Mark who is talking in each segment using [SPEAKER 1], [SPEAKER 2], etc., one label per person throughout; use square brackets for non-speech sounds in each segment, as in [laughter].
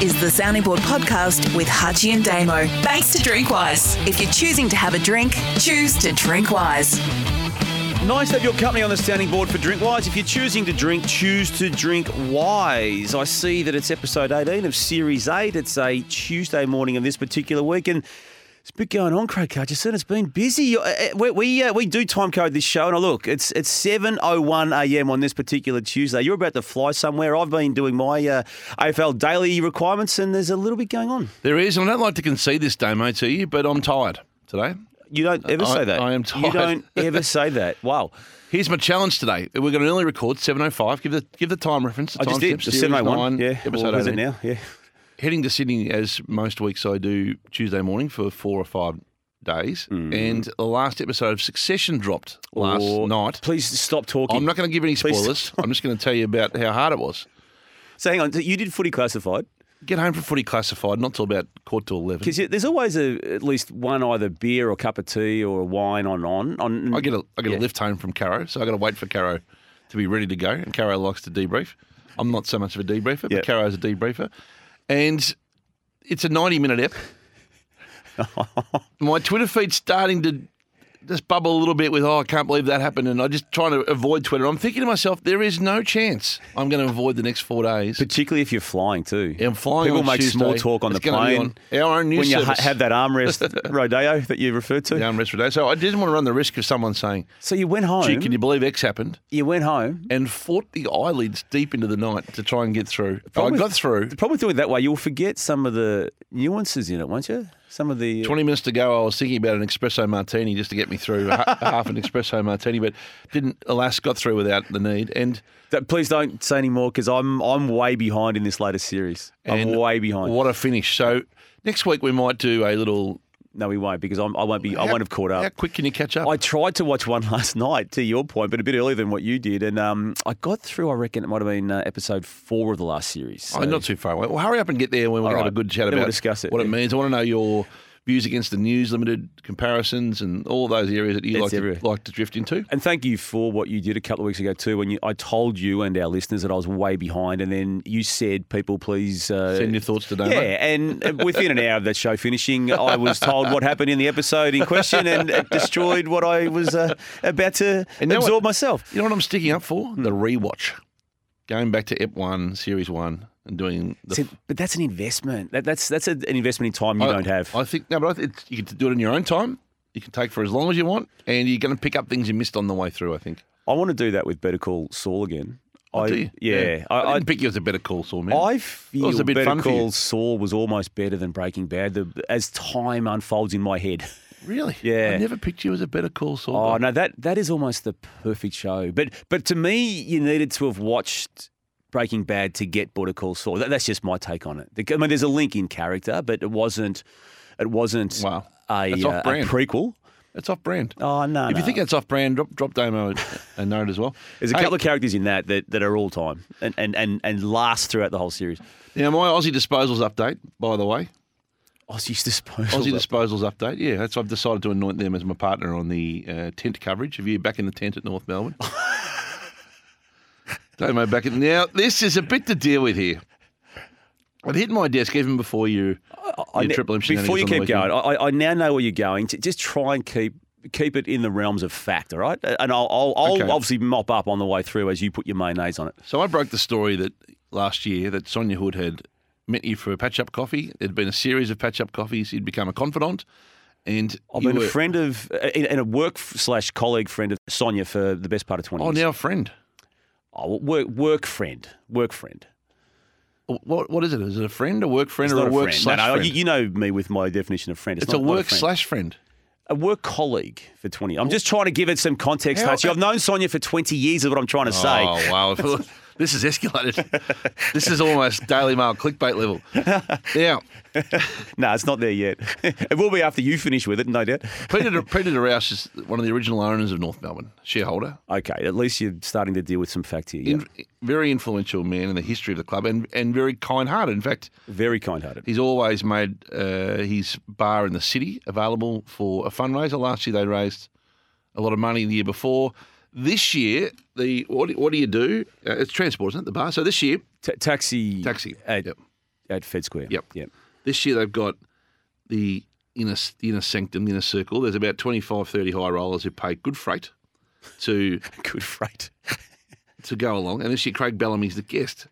[SPEAKER 1] is the Sounding Board podcast with Hachi and Damo. Thanks to Drinkwise. If you're choosing to have a drink, choose to drink wise.
[SPEAKER 2] Nice to have your company on the sounding board for Drinkwise. If you're choosing to drink, choose to drink wise. I see that it's episode 18 of Series 8. It's a Tuesday morning of this particular week, and it's a bit going on, Craig Hutchison. It's been busy. Uh, uh, We, we, uh, we do time code this show, and I look, it's oh it's 7.01 a.m. on this particular Tuesday. You're about to fly somewhere. I've been doing my uh, AFL daily requirements, and there's a little bit going on.
[SPEAKER 3] There is, and I don't like to concede this, Damo, to you, but I'm tired today.
[SPEAKER 2] You don't ever
[SPEAKER 3] I-
[SPEAKER 2] say that.
[SPEAKER 3] I am
[SPEAKER 2] You
[SPEAKER 3] tired.
[SPEAKER 2] don't ever say that. Wow.
[SPEAKER 3] Here's my challenge today. We're going to early record 7.05. Give the, give the time reference. The
[SPEAKER 2] I just
[SPEAKER 3] [laughs] time
[SPEAKER 2] did.
[SPEAKER 3] stamp,
[SPEAKER 2] The
[SPEAKER 3] series
[SPEAKER 2] 701.
[SPEAKER 3] nine,
[SPEAKER 2] Yeah.
[SPEAKER 3] Episode
[SPEAKER 2] What is it
[SPEAKER 3] 18.
[SPEAKER 2] now? Yeah.
[SPEAKER 3] Heading to Sydney, as most weeks I do Tuesday morning for four or five days. And the last episode of Succession dropped last
[SPEAKER 2] Hmm. Or-
[SPEAKER 3] night.
[SPEAKER 2] Please stop talking.
[SPEAKER 3] I'm not going to give any
[SPEAKER 2] Please
[SPEAKER 3] spoilers. I'm just going to tell you about how hard it was.
[SPEAKER 2] So hang on, so you did footy classified
[SPEAKER 3] Get home from footy classified, not till about quarter to 11.
[SPEAKER 2] because there's always a, at least one either beer or cup of tea or a wine on on on.
[SPEAKER 3] I get a I get
[SPEAKER 2] Yeah.
[SPEAKER 3] a lift home from Caro, so I got to wait for Caro to be ready to go. And Caro likes to debrief. I'm not so much of a debriefer,
[SPEAKER 2] Yeah.
[SPEAKER 3] but Caro's a debriefer, and it's a 90 minute
[SPEAKER 2] [laughs]
[SPEAKER 3] ep. My Twitter feed's starting to just bubble a little bit with oh I can't believe that happened, and I just trying to avoid Twitter. I'm thinking to myself, there is no chance I'm going to avoid the next four days.
[SPEAKER 2] particularly if you're flying too.
[SPEAKER 3] Yeah, I'm flying
[SPEAKER 2] People
[SPEAKER 3] on
[SPEAKER 2] make small
[SPEAKER 3] Tuesday.
[SPEAKER 2] talk on
[SPEAKER 3] It's
[SPEAKER 2] the
[SPEAKER 3] gonna be
[SPEAKER 2] plane.
[SPEAKER 3] on our own news
[SPEAKER 2] when you ha-
[SPEAKER 3] service.
[SPEAKER 2] have that
[SPEAKER 3] [laughs]
[SPEAKER 2] armrest rodeo that you referred to.
[SPEAKER 3] Down rest for day. So I didn't want to run the risk of someone saying,
[SPEAKER 2] So you went home.
[SPEAKER 3] "Gee, can you believe X happened?"
[SPEAKER 2] you went home.
[SPEAKER 3] and fought the eyelids deep into the night to try and get through. If I
[SPEAKER 2] Problem
[SPEAKER 3] got
[SPEAKER 2] with-
[SPEAKER 3] through.
[SPEAKER 2] The problem with doing it that way, you'll forget some of the nuances in it, won't you? Some of the
[SPEAKER 3] 20 minutes to go, I was thinking about an espresso martini just to get me through a ha- [laughs] half an espresso martini, but didn't, alas, got through without the need. And,
[SPEAKER 2] Th- Please don't say any more because I'm I'm way behind in this latest series. I'm
[SPEAKER 3] and
[SPEAKER 2] way behind.
[SPEAKER 3] What a finish. So next week we might do a little.
[SPEAKER 2] No, we won't because I'm, I won't be. I
[SPEAKER 3] How-
[SPEAKER 2] won't have caught up.
[SPEAKER 3] How quick can you catch
[SPEAKER 2] [laughs]
[SPEAKER 3] up?
[SPEAKER 2] I tried to watch one last night, to your point, but a bit earlier than what you did, and um, I got through. I reckon it might have been uh, episode four of the last series.
[SPEAKER 3] Oh,
[SPEAKER 2] so-
[SPEAKER 3] not too far away. Well, hurry up and get there when we
[SPEAKER 2] All
[SPEAKER 3] have a
[SPEAKER 2] right.
[SPEAKER 3] good chat
[SPEAKER 2] Then
[SPEAKER 3] about
[SPEAKER 2] we'll discuss it,
[SPEAKER 3] what it
[SPEAKER 2] yeah.
[SPEAKER 3] means. I want to know your views against the news, limited comparisons, and all those areas that you
[SPEAKER 2] It's
[SPEAKER 3] like to,
[SPEAKER 2] everywhere.
[SPEAKER 3] like to drift into.
[SPEAKER 2] And thank you for what you did a couple of weeks ago too. When you, I told you and our listeners that I was way behind, and then you said, "People, please uh,
[SPEAKER 3] Send your thoughts to Damo. [laughs]
[SPEAKER 2] Yeah, and uh, within an hour of that show finishing, I was told what happened in the episode in question, and it destroyed what I was uh, about to
[SPEAKER 3] And now
[SPEAKER 2] absorb
[SPEAKER 3] what-
[SPEAKER 2] myself.
[SPEAKER 3] You know what I'm sticking up for?
[SPEAKER 2] Hmm.
[SPEAKER 3] The rewatch. Going back to Ep 1, Series 1, and doing the.
[SPEAKER 2] See, but that's an investment. That, that's that's a, an investment in time you
[SPEAKER 3] I-
[SPEAKER 2] don't have.
[SPEAKER 3] I think, no, but I think it's, you can do it in your own time. You can take for as long as you want, and you're going to pick up things you missed on the way through, I think.
[SPEAKER 2] I want to do that with Better Call Saul again. I,
[SPEAKER 3] Oh, do you?
[SPEAKER 2] Yeah,
[SPEAKER 3] I,
[SPEAKER 2] I, I,
[SPEAKER 3] didn't pick you as a better call, Saul, man.
[SPEAKER 2] I
[SPEAKER 3] That was
[SPEAKER 2] feel
[SPEAKER 3] a bit
[SPEAKER 2] Better
[SPEAKER 3] fun for you.
[SPEAKER 2] Call Saul was almost better than Breaking Bad the, as time unfolds in my
[SPEAKER 3] [laughs]
[SPEAKER 2] head.
[SPEAKER 3] really?
[SPEAKER 2] Yeah.
[SPEAKER 3] I never picked you as a better call, Saul.
[SPEAKER 2] Oh no, that that is almost the perfect show. But but to me, you needed to have watched Breaking Bad to get Better Call Saul. That, that's just my take on it. The- I mean, there's a link in character, but it wasn't it wasn't
[SPEAKER 3] Wow.
[SPEAKER 2] a,
[SPEAKER 3] That's
[SPEAKER 2] uh, a
[SPEAKER 3] off-brand.
[SPEAKER 2] prequel.
[SPEAKER 3] It's off brand.
[SPEAKER 2] Oh no,
[SPEAKER 3] if you
[SPEAKER 2] no.
[SPEAKER 3] think that's off brand, drop, drop Damo a note as well.
[SPEAKER 2] There's a couple of characters in that that, that are all time and, and, and, and last throughout the whole series.
[SPEAKER 3] Now, my Aussie disposals update, by the way.
[SPEAKER 2] Aussie's disposal.
[SPEAKER 3] Aussie Disposals update. Yeah, that's I've decided to anoint them as my partner on the uh, tent coverage. Have you back in the tent at
[SPEAKER 2] [laughs]
[SPEAKER 3] North Melbourne? Domo back in. Now this is a bit to deal with here. I've hit my desk even before you.
[SPEAKER 2] I
[SPEAKER 3] your
[SPEAKER 2] ne-
[SPEAKER 3] Triple M shenanigans
[SPEAKER 2] Before you
[SPEAKER 3] on the
[SPEAKER 2] keep
[SPEAKER 3] weekend.
[SPEAKER 2] going, I, I- I now know where you're going. J- Just try and keep keep it in the realms of fact, all right? And I'll, I'll, I'll
[SPEAKER 3] Okay.
[SPEAKER 2] obviously mop up on the way through as you put your mayonnaise on it.
[SPEAKER 3] So I broke the story that last year that Sonia Hood had met you for a patch up coffee. There'd been a series of patch up coffees. You'd become a confidant, and
[SPEAKER 2] I've
[SPEAKER 3] you
[SPEAKER 2] been
[SPEAKER 3] were-
[SPEAKER 2] a friend of, and a work slash colleague friend of Sonia for the best part of 20
[SPEAKER 3] Oh,
[SPEAKER 2] years.
[SPEAKER 3] now a friend.
[SPEAKER 2] Oh, well, work, work friend. Work friend.
[SPEAKER 3] What what is it? Is it a friend, a work friend,
[SPEAKER 2] It's
[SPEAKER 3] or
[SPEAKER 2] not
[SPEAKER 3] a work
[SPEAKER 2] friend.
[SPEAKER 3] slash
[SPEAKER 2] no, no,
[SPEAKER 3] friend?
[SPEAKER 2] You, you know me with my definition of friend. It's,
[SPEAKER 3] it's
[SPEAKER 2] not,
[SPEAKER 3] a
[SPEAKER 2] not
[SPEAKER 3] work
[SPEAKER 2] friend.
[SPEAKER 3] slash friend.
[SPEAKER 2] a work colleague for 20. I'm just trying to give it some context,
[SPEAKER 3] How-
[SPEAKER 2] Hutchie. I've known Sonia for 20 years is what I'm trying to say.
[SPEAKER 3] Oh [laughs] wow, this is escalated. this is almost Daily Mail clickbait level. Now,
[SPEAKER 2] No, it's not there yet. [laughs] it will be after you finish with it, no doubt.
[SPEAKER 3] Peter Predator Rouse is one of the original owners of North Melbourne, shareholder,
[SPEAKER 2] Okay, at least you're starting to deal with some fact here. yeah.
[SPEAKER 3] in, very influential man in the history of the club, and and very kind-hearted. In fact,
[SPEAKER 2] Very kind-hearted.
[SPEAKER 3] he's always made uh, his bar in the city available for a fundraiser. Last year they raised a lot of money. The year before, this year the what, what do you do? Uh, it's transport, isn't it? The bar. So this year,
[SPEAKER 2] Ta taxi.
[SPEAKER 3] Taxi,
[SPEAKER 2] Uh,
[SPEAKER 3] yep.
[SPEAKER 2] at Fed Square.
[SPEAKER 3] Yep.
[SPEAKER 2] Yep.
[SPEAKER 3] This year they've got the inner the inner sanctum, the inner circle. There's about 25, 30 high rollers who pay good freight to
[SPEAKER 2] Good [laughs] freight.
[SPEAKER 3] to go along. And this year Craig Bellamy's the guest.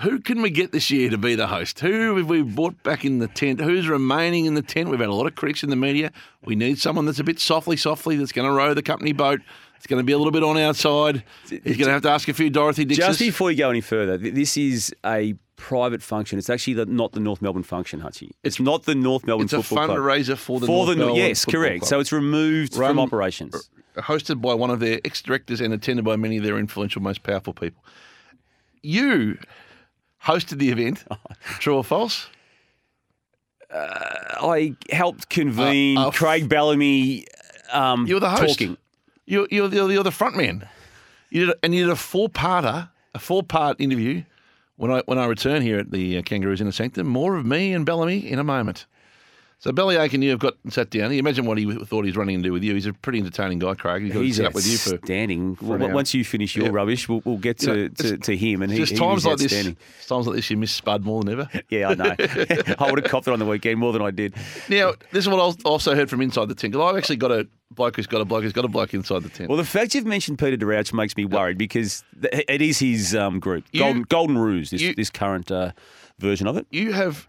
[SPEAKER 3] Who can we get this year to be the host? Who have we brought back in the tent? Who's remaining in the tent? We've had a lot of critics in the media. We need someone that's a bit softly, softly, that's going to row the company boat. It's going to be a little bit on our side. He's going to have to ask a few Dorothy Dixes.
[SPEAKER 2] Just before you go any further, th- this is a private function. It's actually the, not the North Melbourne function, Hutchie. It's not the North Melbourne
[SPEAKER 3] it's a
[SPEAKER 2] Football Club.
[SPEAKER 3] fundraiser for the
[SPEAKER 2] for
[SPEAKER 3] North
[SPEAKER 2] the Nor-
[SPEAKER 3] Melbourne
[SPEAKER 2] yes,
[SPEAKER 3] Football
[SPEAKER 2] correct.
[SPEAKER 3] Club.
[SPEAKER 2] So it's removed
[SPEAKER 3] Run-
[SPEAKER 2] from operations.
[SPEAKER 3] hosted by one of their ex directors and attended by many of their influential, most powerful people. You hosted
[SPEAKER 2] [laughs]
[SPEAKER 3] the event,
[SPEAKER 2] Oh.
[SPEAKER 3] true or false?
[SPEAKER 2] I helped convene
[SPEAKER 3] Uh, uh,
[SPEAKER 2] Craig Bellamy. Um,
[SPEAKER 3] You were the host.
[SPEAKER 2] Talking.
[SPEAKER 3] You're, you're, the, you're the front man. You did, and you did a four parter, a four part interview. When I when I return here at the uh, Kangaroos Inner Sanctum, more of me and Bellamy in a moment. So Bellyache and you have got sat down. You imagine what he thought he's running into with you. He's a pretty entertaining guy, Craig. He's got
[SPEAKER 2] He's
[SPEAKER 3] to sit up with you for
[SPEAKER 2] outstanding. W-
[SPEAKER 3] an
[SPEAKER 2] w-
[SPEAKER 3] hour.
[SPEAKER 2] Once you finish your
[SPEAKER 3] Yeah.
[SPEAKER 2] rubbish, we'll, we'll get to,
[SPEAKER 3] You know,
[SPEAKER 2] to,
[SPEAKER 3] it's-
[SPEAKER 2] to him. And he,
[SPEAKER 3] just
[SPEAKER 2] he
[SPEAKER 3] times
[SPEAKER 2] was
[SPEAKER 3] like this.
[SPEAKER 2] outstanding.
[SPEAKER 3] Times like this, you miss Spud more than ever.
[SPEAKER 2] Yeah, I know. [laughs] I would have copped it on the weekend more than I did.
[SPEAKER 3] Now, this is what I also heard from inside the tent. 'cause I've actually got a bloke who's got a bloke who's got a bloke inside the tent.
[SPEAKER 2] Well, the fact you've mentioned Peter DeRouch makes me worried because th- it is his um, group,
[SPEAKER 3] You-
[SPEAKER 2] Golden, Golden Ruse, this,
[SPEAKER 3] you-
[SPEAKER 2] this current uh, version of it.
[SPEAKER 3] you have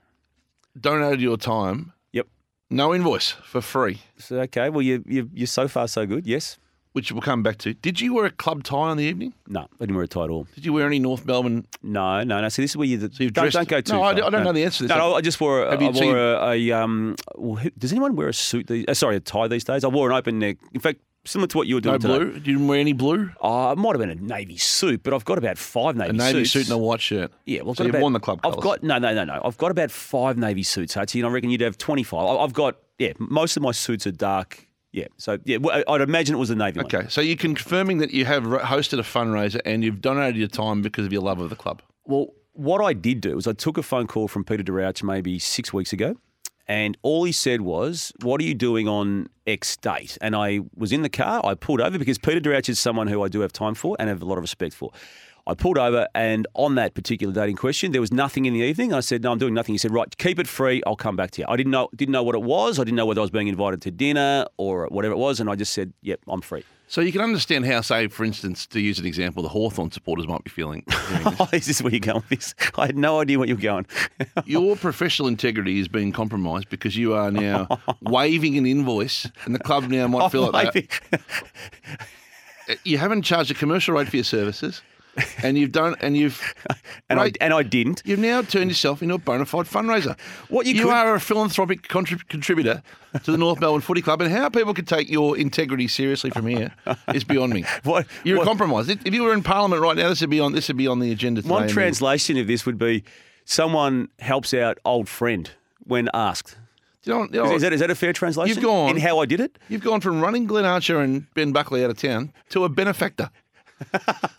[SPEAKER 3] donated your time,
[SPEAKER 2] Yep.
[SPEAKER 3] no invoice, for free,
[SPEAKER 2] So, okay, well, you, you, you're so far so good. Yes?
[SPEAKER 3] which we'll come back to. Did you wear a club tie on the evening?
[SPEAKER 2] No, I didn't wear a tie at all.
[SPEAKER 3] Did you wear any North Melbourne?
[SPEAKER 2] No, no, no. So this is where you the,
[SPEAKER 3] you've
[SPEAKER 2] don't,
[SPEAKER 3] dressed-
[SPEAKER 2] don't go too.
[SPEAKER 3] No, I
[SPEAKER 2] far.
[SPEAKER 3] d- I don't know the answer to this.
[SPEAKER 2] No, no, I just wore a,
[SPEAKER 3] Have you-
[SPEAKER 2] I
[SPEAKER 3] so you-
[SPEAKER 2] wore a, a um. well, who- Does anyone wear a suit? These, uh, sorry, a tie these days. I wore an open neck. In fact, similar to what you were
[SPEAKER 3] No
[SPEAKER 2] doing today.
[SPEAKER 3] blue? You didn't wear any blue?
[SPEAKER 2] Uh, it might have been a navy suit, but I've got about five navy
[SPEAKER 3] A
[SPEAKER 2] suits.
[SPEAKER 3] navy suit and a white shirt.
[SPEAKER 2] yeah, well, I've
[SPEAKER 3] so
[SPEAKER 2] got
[SPEAKER 3] you've
[SPEAKER 2] about-
[SPEAKER 3] worn the club colours.
[SPEAKER 2] I've got no, no, no, no. I've got about five navy suits, Hutchie, and I reckon you'd have twenty-five. I- I've got yeah. Most of my suits are dark. Yeah, so yeah, well, I'd imagine it was the navy one.
[SPEAKER 3] Okay, so you're confirming that you have ro- hosted a fundraiser and you've donated your time because of your love of the club.
[SPEAKER 2] Well, what I did do was I took a phone call from Peter DeRouch maybe six weeks ago, and all he said was, "What are you doing on X date?" And I was in the car. I pulled over because Peter DeRouch is someone who I do have time for and have a lot of respect for. I pulled over, and on that particular dating question, there was nothing in the evening. I said, "No, I'm doing nothing." He said, "Right, keep it free. I'll come back to you." I didn't know didn't know what it was. I didn't know whether I was being invited to dinner or whatever it was, and I just said, "Yep, I'm
[SPEAKER 3] [laughs]
[SPEAKER 2] free." [laughs]
[SPEAKER 3] So you can understand how, say, for instance, to use an example, the Hawthorn supporters might be feeling. hearing this.
[SPEAKER 2] Oh, is this where you're going with this? I had no idea where you were going.
[SPEAKER 3] Your professional integrity is being compromised because you
[SPEAKER 2] [laughs]
[SPEAKER 3] are now waiving an invoice, and the club now
[SPEAKER 2] Oh
[SPEAKER 3] might feel like that.
[SPEAKER 2] Maybe-
[SPEAKER 3] You haven't charged a commercial rate for your services, and you've done, and you've,
[SPEAKER 2] [laughs] and
[SPEAKER 3] Right.
[SPEAKER 2] I and I didn't.
[SPEAKER 3] you've now turned yourself into a bona fide fundraiser.
[SPEAKER 2] What you could-
[SPEAKER 3] are a philanthropic contrib- contributor to the North Melbourne Footy Club, and how people can take your integrity seriously from here is beyond me.
[SPEAKER 2] [laughs] What-
[SPEAKER 3] You're
[SPEAKER 2] what-
[SPEAKER 3] compromised. If if you were in Parliament right now, this would be on this would be on the agenda. Today
[SPEAKER 2] One
[SPEAKER 3] and then-
[SPEAKER 2] translation of this would be someone helps out old friend when asked.
[SPEAKER 3] Do you know what- you know
[SPEAKER 2] Is,
[SPEAKER 3] what-
[SPEAKER 2] is that, is that a fair translation?
[SPEAKER 3] Oh. You've gone-
[SPEAKER 2] In how I did it?
[SPEAKER 3] You've gone from running Glenn Archer and Ben Buckley out of town to
[SPEAKER 2] [laughs]
[SPEAKER 3] a benefactor.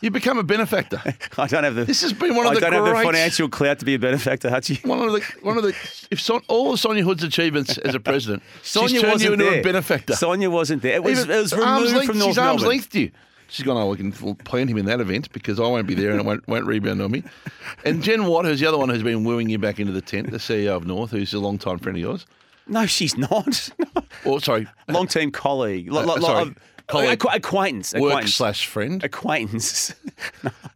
[SPEAKER 3] You've become a benefactor.
[SPEAKER 2] I don't have the.
[SPEAKER 3] This has been one of
[SPEAKER 2] I
[SPEAKER 3] the
[SPEAKER 2] don't have the
[SPEAKER 3] great-
[SPEAKER 2] financial clout to be a benefactor, Hutchie.
[SPEAKER 3] One of the one of the if Son, all of Sonia Hood's achievements as a president, she's turned you into a benefactor.
[SPEAKER 2] Sonia wasn't there. It was,
[SPEAKER 3] Even
[SPEAKER 2] it was
[SPEAKER 3] arm's
[SPEAKER 2] removed
[SPEAKER 3] length-
[SPEAKER 2] from North
[SPEAKER 3] she's arm's
[SPEAKER 2] Melbourne.
[SPEAKER 3] length to you. She's gone. Oh, we can we'll plant him in that event because I won't be there and it won't, won't rebound on me. And Jen Watt, who's the other one who's been wooing you back into the tent, the CEO of North, who's a long time friend of yours.
[SPEAKER 2] No, she's not. [laughs]
[SPEAKER 3] Or sorry,
[SPEAKER 2] Long term colleague. Lo- lo- lo-
[SPEAKER 3] Uh, sorry,
[SPEAKER 2] um,
[SPEAKER 3] colleague.
[SPEAKER 2] acqu- Acquaintance.
[SPEAKER 3] work
[SPEAKER 2] Acquaintance.
[SPEAKER 3] slash friend. [laughs]
[SPEAKER 2] Acquaintance.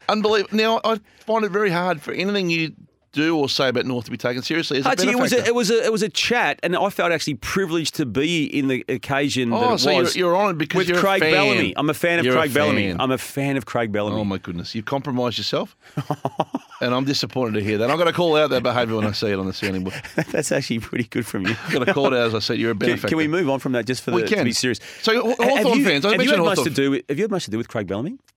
[SPEAKER 3] Unbelievable. Now, I find it very hard for anything you do or say about North to be taken seriously as a
[SPEAKER 2] Hutchie, it was a,
[SPEAKER 3] benefactor.
[SPEAKER 2] it was a it was a chat, and I felt actually privileged to be in the occasion
[SPEAKER 3] Oh,
[SPEAKER 2] that it
[SPEAKER 3] so you're-
[SPEAKER 2] was.
[SPEAKER 3] you're on it because
[SPEAKER 2] with
[SPEAKER 3] you're a
[SPEAKER 2] Craig
[SPEAKER 3] fan.
[SPEAKER 2] Bellamy. I'm a fan of
[SPEAKER 3] You're a
[SPEAKER 2] Craig Bellamy.
[SPEAKER 3] fan.
[SPEAKER 2] I'm a fan of Craig Bellamy.
[SPEAKER 3] oh, my goodness. You've
[SPEAKER 2] [laughs]
[SPEAKER 3] compromised yourself. and I'm disappointed to hear that. I'm going to call out that behaviour when I see it on the sounding board.
[SPEAKER 2] [laughs] That's actually pretty good from you.
[SPEAKER 3] I'm going to call it out as I said, you're a
[SPEAKER 2] Can,
[SPEAKER 3] benefactor.
[SPEAKER 2] can we move on from that just for
[SPEAKER 3] We
[SPEAKER 2] the, to
[SPEAKER 3] can.
[SPEAKER 2] be serious?
[SPEAKER 3] So, Haw-
[SPEAKER 2] Ha- have
[SPEAKER 3] Hawthorn
[SPEAKER 2] you-
[SPEAKER 3] fans, I
[SPEAKER 2] have you
[SPEAKER 3] mentioned
[SPEAKER 2] had much to
[SPEAKER 3] Hawthorn.
[SPEAKER 2] do? With, have you had much to do with Craig Bellamy?
[SPEAKER 3] [laughs]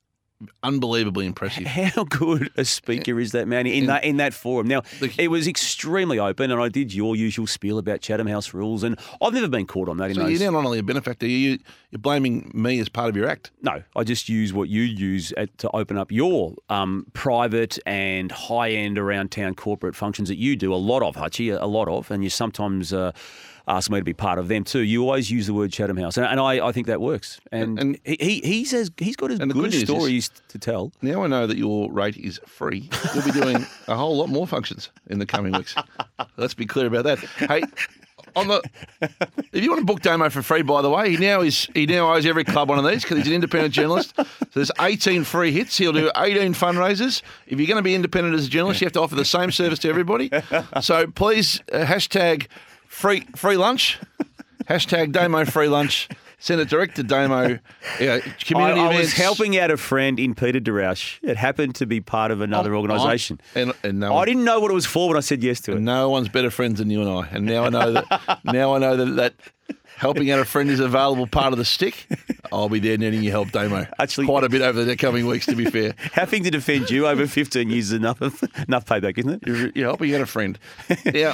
[SPEAKER 3] Unbelievably impressive.
[SPEAKER 2] How good a speaker is that man in that in that forum? Now
[SPEAKER 3] The-
[SPEAKER 2] it was extremely open, and I did your usual spiel about Chatham House rules, and I've never been caught on that. In
[SPEAKER 3] So
[SPEAKER 2] those.
[SPEAKER 3] you're now not only a benefactor, you, you're blaming me as part of your act.
[SPEAKER 2] No, I just use what you use at, to open up your um, private and high end around town corporate functions that you do a lot of, Hutchie, a lot of, and you sometimes uh, ask me to be part of them too. You always use the word Chatham House, and, and I, I think that works. And,
[SPEAKER 3] And-
[SPEAKER 2] he, he, he's as he's got as
[SPEAKER 3] and the
[SPEAKER 2] good
[SPEAKER 3] good news is-
[SPEAKER 2] stories just to tell.
[SPEAKER 3] Now I know that your rate is free. You'll be doing a whole lot more functions in the coming weeks. Let's be clear about that. Hey, on the if you want to book Damo for free, by the way, he now is he now owes every club one of these because he's an independent journalist. So there's 18 free hits. He'll do 18 fundraisers. If you're going to be independent as a journalist, you have to offer the same service to everybody. So please uh, hashtag free free lunch, hashtag Damo free lunch. Send it direct to Damo. Yeah,
[SPEAKER 2] I,
[SPEAKER 3] community
[SPEAKER 2] I was
[SPEAKER 3] events.
[SPEAKER 2] helping out a friend in Peter Duroush. It happened to be part of another
[SPEAKER 3] I'm-
[SPEAKER 2] organisation.
[SPEAKER 3] I'm- Oh, and, and no
[SPEAKER 2] I
[SPEAKER 3] one-
[SPEAKER 2] didn't know what it was for when I said yes to it.
[SPEAKER 3] No one's better friends than you and I. And now I know that. now I know that, that helping out a friend is an available part of the stick. I'll be there needing your help, Damo.
[SPEAKER 2] Actually-
[SPEAKER 3] quite a bit over the coming weeks. To be fair,
[SPEAKER 2] Having to defend you over [laughs] 15 years is enough, enough payback, isn't it?
[SPEAKER 3] you're, you're helping out a friend. Yeah.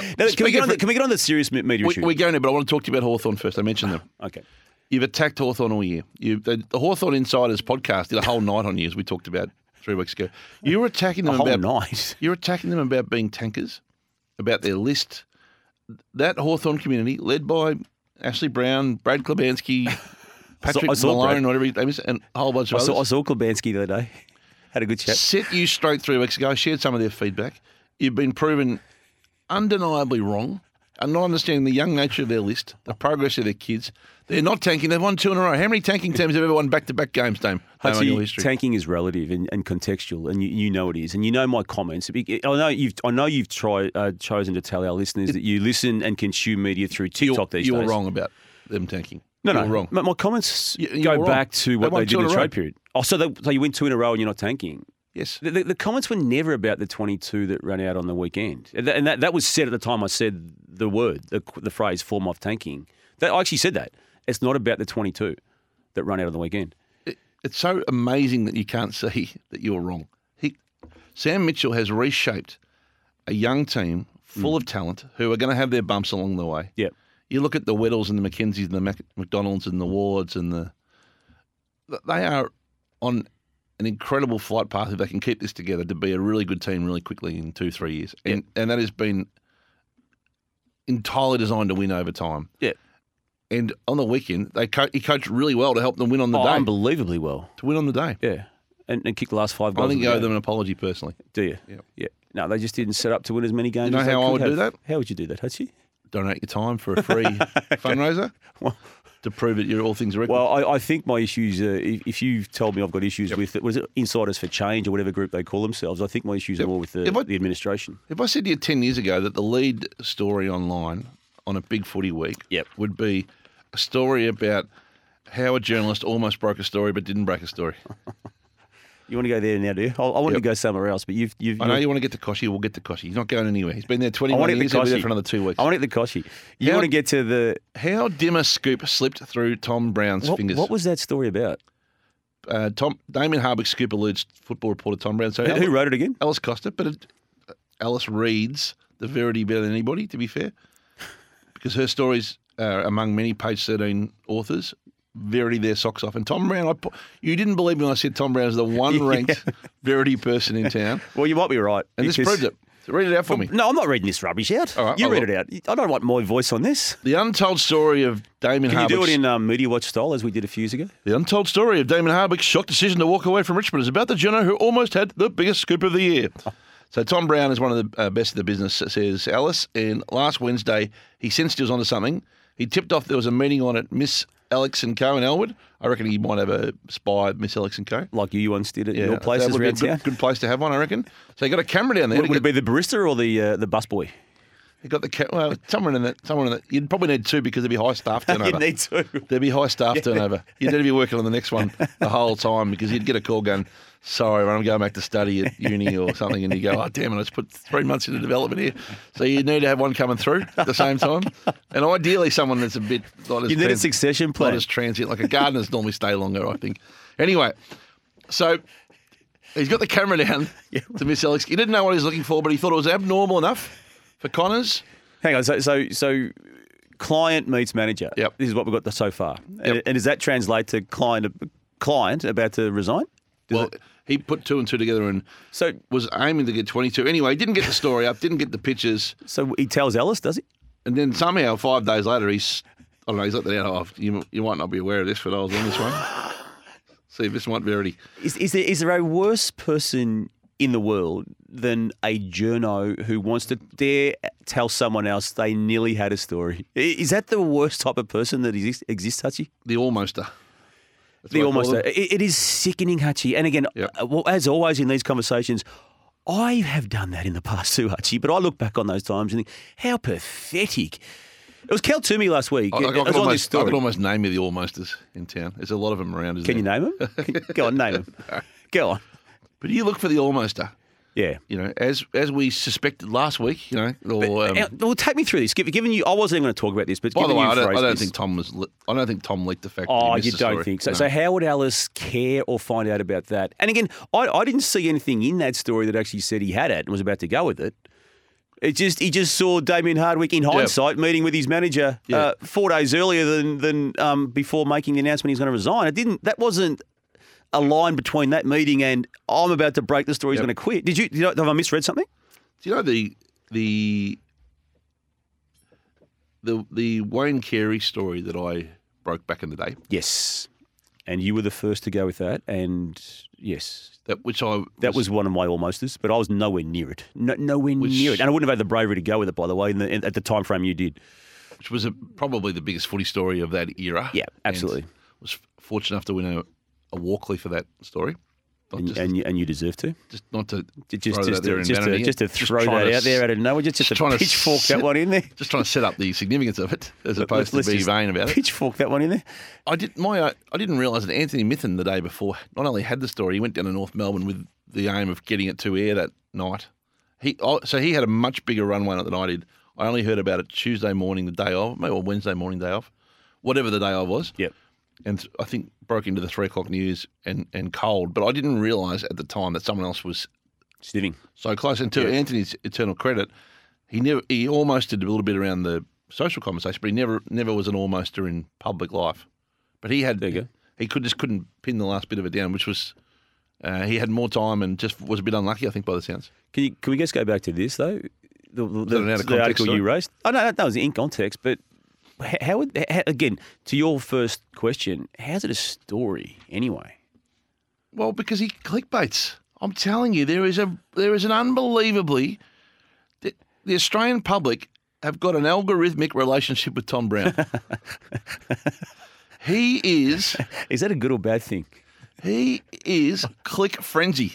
[SPEAKER 2] Now, can, we
[SPEAKER 3] speaking
[SPEAKER 2] get on
[SPEAKER 3] of
[SPEAKER 2] the,
[SPEAKER 3] fri-
[SPEAKER 2] can we get on the serious me- media issue?
[SPEAKER 3] we, are going to, but I want to talk to you about Hawthorn first. I mentioned them.
[SPEAKER 2] okay.
[SPEAKER 3] You've attacked Hawthorn all year. You, the, the Hawthorn Insiders podcast did a whole night on you, as we talked about three weeks ago. You were attacking them
[SPEAKER 2] A whole
[SPEAKER 3] about
[SPEAKER 2] night.
[SPEAKER 3] You're attacking them about being tankers, about their list. That Hawthorn community, led by Ashley Brown, Brad Klebanski,
[SPEAKER 2] [laughs]
[SPEAKER 3] Patrick
[SPEAKER 2] I saw
[SPEAKER 3] Malone,
[SPEAKER 2] Brad.
[SPEAKER 3] whatever his name is, and a whole bunch
[SPEAKER 2] I
[SPEAKER 3] of
[SPEAKER 2] saw, I
[SPEAKER 3] others,
[SPEAKER 2] saw Klebanski the other day. [laughs] Had a good chat.
[SPEAKER 3] set you straight three weeks ago. I shared some of their feedback. You've been proven undeniably wrong. And not understanding the young nature of their list, the progress of their kids. They're not tanking. They've won two in a row. How many tanking teams have ever won back-to-back games, Dame? Dame, in your
[SPEAKER 2] Actually,
[SPEAKER 3] history?
[SPEAKER 2] tanking is relative and, and contextual, and you, you know it is, and you know my comments. I know you've I know you've tried uh, chosen to tell our listeners that you listen and consume media through
[SPEAKER 3] You're-
[SPEAKER 2] TikTok these
[SPEAKER 3] you were
[SPEAKER 2] days.
[SPEAKER 3] wrong about them tanking.
[SPEAKER 2] No,
[SPEAKER 3] you
[SPEAKER 2] no,
[SPEAKER 3] were wrong.
[SPEAKER 2] My, my comments
[SPEAKER 3] You- you
[SPEAKER 2] go
[SPEAKER 3] were wrong.
[SPEAKER 2] back to what
[SPEAKER 3] They won
[SPEAKER 2] they,
[SPEAKER 3] two
[SPEAKER 2] did in
[SPEAKER 3] in
[SPEAKER 2] the
[SPEAKER 3] a row.
[SPEAKER 2] trade period. Oh, so, they, so you win two in a row and you're not tanking.
[SPEAKER 3] Yes.
[SPEAKER 2] The, the, the comments were never about the 22 that ran out on the weekend. And that, and that, that was said at the time I said the word, the, the phrase form of tanking. That, I actually said that. It's not about the 22 that ran out on the weekend.
[SPEAKER 3] it- it's so amazing that you can't [laughs] see that you're wrong. He, Sam Mitchell has reshaped a young team full of talent who are going to have their bumps along the way.
[SPEAKER 2] Hmm. Yeah.
[SPEAKER 3] You look at the Weddells and the Mackenzies and the Mac- McDonalds and the Wards and the th- they are on an incredible flight path if they can keep this together to be a really good team really quickly in two three years. And and that has been entirely designed to win over time.
[SPEAKER 2] Yeah.
[SPEAKER 3] And on the weekend, they co- he coached really well to help them win on the
[SPEAKER 2] Oh,
[SPEAKER 3] day.
[SPEAKER 2] unbelievably well.
[SPEAKER 3] to win on the day.
[SPEAKER 2] Yeah. And, and kicked the last five
[SPEAKER 3] I
[SPEAKER 2] goals.
[SPEAKER 3] think
[SPEAKER 2] of
[SPEAKER 3] you owe
[SPEAKER 2] the
[SPEAKER 3] them
[SPEAKER 2] game.
[SPEAKER 3] an apology personally.
[SPEAKER 2] Do you?
[SPEAKER 3] Yep.
[SPEAKER 2] Yeah. No, they just didn't set up to win as many games
[SPEAKER 3] know
[SPEAKER 2] as they
[SPEAKER 3] how I
[SPEAKER 2] could
[SPEAKER 3] would do
[SPEAKER 2] have.
[SPEAKER 3] that?
[SPEAKER 2] How would you do that, Hutchie?
[SPEAKER 3] Donate your time for
[SPEAKER 2] [laughs]
[SPEAKER 3] a free fundraiser
[SPEAKER 2] Well-
[SPEAKER 3] to prove that you're all things are equal.
[SPEAKER 2] Well, I, I think my issues, uh, if, if you've told me I've got issues with it, was it Insiders for Change or whatever group they call themselves, I think my issues are more with the,
[SPEAKER 3] If I-
[SPEAKER 2] the administration.
[SPEAKER 3] if I said to you 10 years ago that the lead story online on a big footy week
[SPEAKER 2] Yep.
[SPEAKER 3] would be a story about how a journalist almost broke a story but didn't break a story.
[SPEAKER 2] You want to go there now, do you? I, I wanted to go somewhere else, but you've. you've
[SPEAKER 3] I know you want to get to Koshy, we'll get to Koshy. He's not going anywhere. He's been there
[SPEAKER 2] I
[SPEAKER 3] 21
[SPEAKER 2] want to get
[SPEAKER 3] years,
[SPEAKER 2] the
[SPEAKER 3] he'll be there
[SPEAKER 2] Koshy
[SPEAKER 3] for another two weeks.
[SPEAKER 2] I want to get the Koshy. You
[SPEAKER 3] How-
[SPEAKER 2] want to get to the.
[SPEAKER 3] How Dimmer Scoop slipped through Tom Brown's
[SPEAKER 2] What,
[SPEAKER 3] fingers.
[SPEAKER 2] what was that story about?
[SPEAKER 3] uh, Tom Damien Harbick's scoop eludes football reporter
[SPEAKER 2] [laughs]
[SPEAKER 3] Tom Brown. So
[SPEAKER 2] Who- Who wrote it again?
[SPEAKER 3] Alice Costa, but it, Alice reads the Verity better than anybody, to be fair, because her stories are among many page 13 authors. Verity their socks off. And Tom Brown, I, po- you didn't believe me when I said Tom Brown is
[SPEAKER 2] [laughs]
[SPEAKER 3] the one ranked Verity person in town.
[SPEAKER 2] Well, you might be right.
[SPEAKER 3] And this
[SPEAKER 2] because-
[SPEAKER 3] proved it. So read it out for me.
[SPEAKER 2] No, I'm not reading this rubbish out.
[SPEAKER 3] All right,
[SPEAKER 2] you
[SPEAKER 3] I
[SPEAKER 2] read it out. I don't want my voice on this.
[SPEAKER 3] The untold story of Damien
[SPEAKER 2] Can you do
[SPEAKER 3] Harbick's-
[SPEAKER 2] it in um, Media Watch style as we did a few years ago?
[SPEAKER 3] The untold story of Damon Harbick's shocked decision to walk away from Richmond is about the journo who almost had the biggest scoop of the
[SPEAKER 2] [laughs]
[SPEAKER 3] year. So Tom Brown is one of the uh, best of the business, says Alice. And last Wednesday, he sensed he was onto something. He tipped off there was a meeting on at Miss Alex and Co. in Elwood. I reckon he might have a spy at Miss Alex and Co.
[SPEAKER 2] Like you once did at
[SPEAKER 3] Yeah,
[SPEAKER 2] your
[SPEAKER 3] that
[SPEAKER 2] places
[SPEAKER 3] would be a
[SPEAKER 2] around town?
[SPEAKER 3] good, good place to have one, I reckon. So he got a camera down there.
[SPEAKER 2] Would,
[SPEAKER 3] He
[SPEAKER 2] would it
[SPEAKER 3] got-
[SPEAKER 2] be the barista or the uh, the busboy?
[SPEAKER 3] he got the ca- well, someone in that. Someone in that. You'd probably need two because there'd be
[SPEAKER 2] [laughs]
[SPEAKER 3] high staff turnover.
[SPEAKER 2] to.
[SPEAKER 3] There'd be high
[SPEAKER 2] [laughs]
[SPEAKER 3] staff turnover. You'd need to be working on the next one the whole time because you'd get a call going, sorry, man, I'm going back to study at uni or something. And you go, oh, damn it, I just put three months into development here. So you need to have one coming through at the same time. And ideally, someone that's a bit not as
[SPEAKER 2] You need a
[SPEAKER 3] trans-
[SPEAKER 2] succession
[SPEAKER 3] not
[SPEAKER 2] plan.
[SPEAKER 3] as transient, like a gardener's normally stay longer, I think. Anyway, so he's got the camera
[SPEAKER 2] [laughs]
[SPEAKER 3] down to Miss Alex. He didn't know what he was looking for, but he thought it was abnormal enough for Connors.
[SPEAKER 2] Hang on. So, so, so client meets manager.
[SPEAKER 3] Yep.
[SPEAKER 2] This is what we've got so far. And,
[SPEAKER 3] Yep.
[SPEAKER 2] and does that translate to client client about to resign?
[SPEAKER 3] well, he put two and two together and.
[SPEAKER 2] So,
[SPEAKER 3] was aiming to get 22. Anyway, he didn't get the story up, didn't get the pictures,
[SPEAKER 2] so he tells Ellis, does he?
[SPEAKER 3] and then somehow five
[SPEAKER 2] [laughs]
[SPEAKER 3] days later he's I don't know he's let that out. Oh, you you might not be aware of this for those on this one. See, this might vary.
[SPEAKER 2] Is, is, there, is there a worse person in the world than a journo who wants to dare tell someone else they nearly had a story? I- Is that the worst type of person that exists, exists Hutchie?
[SPEAKER 3] The almoster. That's
[SPEAKER 2] The
[SPEAKER 3] what I call
[SPEAKER 2] almost.
[SPEAKER 3] them.
[SPEAKER 2] It, it is sickening, Hutchie. And again,
[SPEAKER 3] Yep.
[SPEAKER 2] uh, well, as always in these conversations, I have done that in the past too, Hutchie. But I look back on those times and think, how pathetic. It was Cal Toomey last week.
[SPEAKER 3] I, I,
[SPEAKER 2] It was
[SPEAKER 3] could
[SPEAKER 2] on this
[SPEAKER 3] almost, I
[SPEAKER 2] story.
[SPEAKER 3] could almost name you the almosters in town. There's a lot of them around, isn't
[SPEAKER 2] Can you
[SPEAKER 3] there? [laughs]
[SPEAKER 2] name him? Can- Go on, name him. Go on.
[SPEAKER 3] But you look for the almoster.
[SPEAKER 2] Yeah.
[SPEAKER 3] You know, as as we suspected last week. You know, or, um,
[SPEAKER 2] Uh, well, take me through this. Given given you, I wasn't even going to talk about this, but
[SPEAKER 3] by
[SPEAKER 2] given
[SPEAKER 3] the way,
[SPEAKER 2] you
[SPEAKER 3] I don't,
[SPEAKER 2] phrased
[SPEAKER 3] I don't
[SPEAKER 2] this-
[SPEAKER 3] think Tom was. Li- I don't think Tom leaked the fact. that
[SPEAKER 2] Oh,
[SPEAKER 3] he
[SPEAKER 2] you
[SPEAKER 3] missed the
[SPEAKER 2] don't
[SPEAKER 3] story.
[SPEAKER 2] think so.
[SPEAKER 3] No.
[SPEAKER 2] So how would Alice care or find out about that? And again, I, I didn't see anything in that story that actually said he had it and was about to go with it. It just he just saw Damien Hardwick in hindsight meeting with his manager uh, four days earlier than than um, before making the announcement he's going to resign. It didn't. That wasn't a line between that meeting and I'm about to break the story. He's
[SPEAKER 3] Yep.
[SPEAKER 2] going to quit. Did you, did I, have I misread something?
[SPEAKER 3] Do you know the the the the Wayne Carey story that I broke back in the day?
[SPEAKER 2] Yes. And you were the first to go with that. And yes,
[SPEAKER 3] That which I
[SPEAKER 2] That was one of my almosters, but I was nowhere near it. No, nowhere
[SPEAKER 3] Which-
[SPEAKER 2] near it, and I wouldn't have had the bravery to go with it. By the way, in the, in, at the time frame you did,
[SPEAKER 3] which was a, probably the biggest footy story of that era.
[SPEAKER 2] Yeah, absolutely.
[SPEAKER 3] And was fortunate enough to win a, a Walkley for that story. Not
[SPEAKER 2] and,
[SPEAKER 3] just,
[SPEAKER 2] and you, and you deserve to.
[SPEAKER 3] just not to
[SPEAKER 2] Ju- Just,
[SPEAKER 3] throw that
[SPEAKER 2] just,
[SPEAKER 3] out there
[SPEAKER 2] to,
[SPEAKER 3] in
[SPEAKER 2] just, to,
[SPEAKER 3] vanity.
[SPEAKER 2] just to throw
[SPEAKER 3] trying
[SPEAKER 2] that
[SPEAKER 3] to
[SPEAKER 2] out there out of nowhere, just, just,
[SPEAKER 3] just
[SPEAKER 2] to
[SPEAKER 3] trying to
[SPEAKER 2] pitchfork
[SPEAKER 3] sit-
[SPEAKER 2] that one
[SPEAKER 3] [laughs]
[SPEAKER 2] in there.
[SPEAKER 3] Just trying to set up the significance of it, as opposed
[SPEAKER 2] Let's
[SPEAKER 3] to be
[SPEAKER 2] just
[SPEAKER 3] vain about it.
[SPEAKER 2] Pitchfork that one in there.
[SPEAKER 3] I did my uh, I didn't realise that Anthony Mithen the day before not only had the story, he went down to North Melbourne with the aim of getting it to air that night. He oh, so he had a much bigger runway on it than I did. I only heard about it Tuesday morning, the day of, maybe or Wednesday morning, day off, whatever the day I was.
[SPEAKER 2] Yep.
[SPEAKER 3] And I think broke into the three o'clock news and and cold, but I didn't realise at the time that someone else was
[SPEAKER 2] Sniffing.
[SPEAKER 3] so close. And to
[SPEAKER 2] Yeah.
[SPEAKER 3] Anthony's eternal credit, he never he almost did a little bit around the social conversation, but he never never was an almoster in public life. But he had
[SPEAKER 2] There you go.
[SPEAKER 3] he could just couldn't pin the last bit of it down, which was uh, he had more time and just was a bit unlucky, I think, by the sounds.
[SPEAKER 2] Can you can we just go back to this though? The, the,
[SPEAKER 3] that an out
[SPEAKER 2] the
[SPEAKER 3] of context
[SPEAKER 2] article
[SPEAKER 3] story?
[SPEAKER 2] you raised. Oh no, that, that was in context. But h- how would how, again to your first question? How's it a story anyway?
[SPEAKER 3] Well, because he clickbaits. I'm telling you, there is a there is an unbelievably the, the Australian public have got an algorithmic relationship with Tom [laughs] Brown. he is
[SPEAKER 2] Is that a good or bad thing?
[SPEAKER 3] He is click frenzy.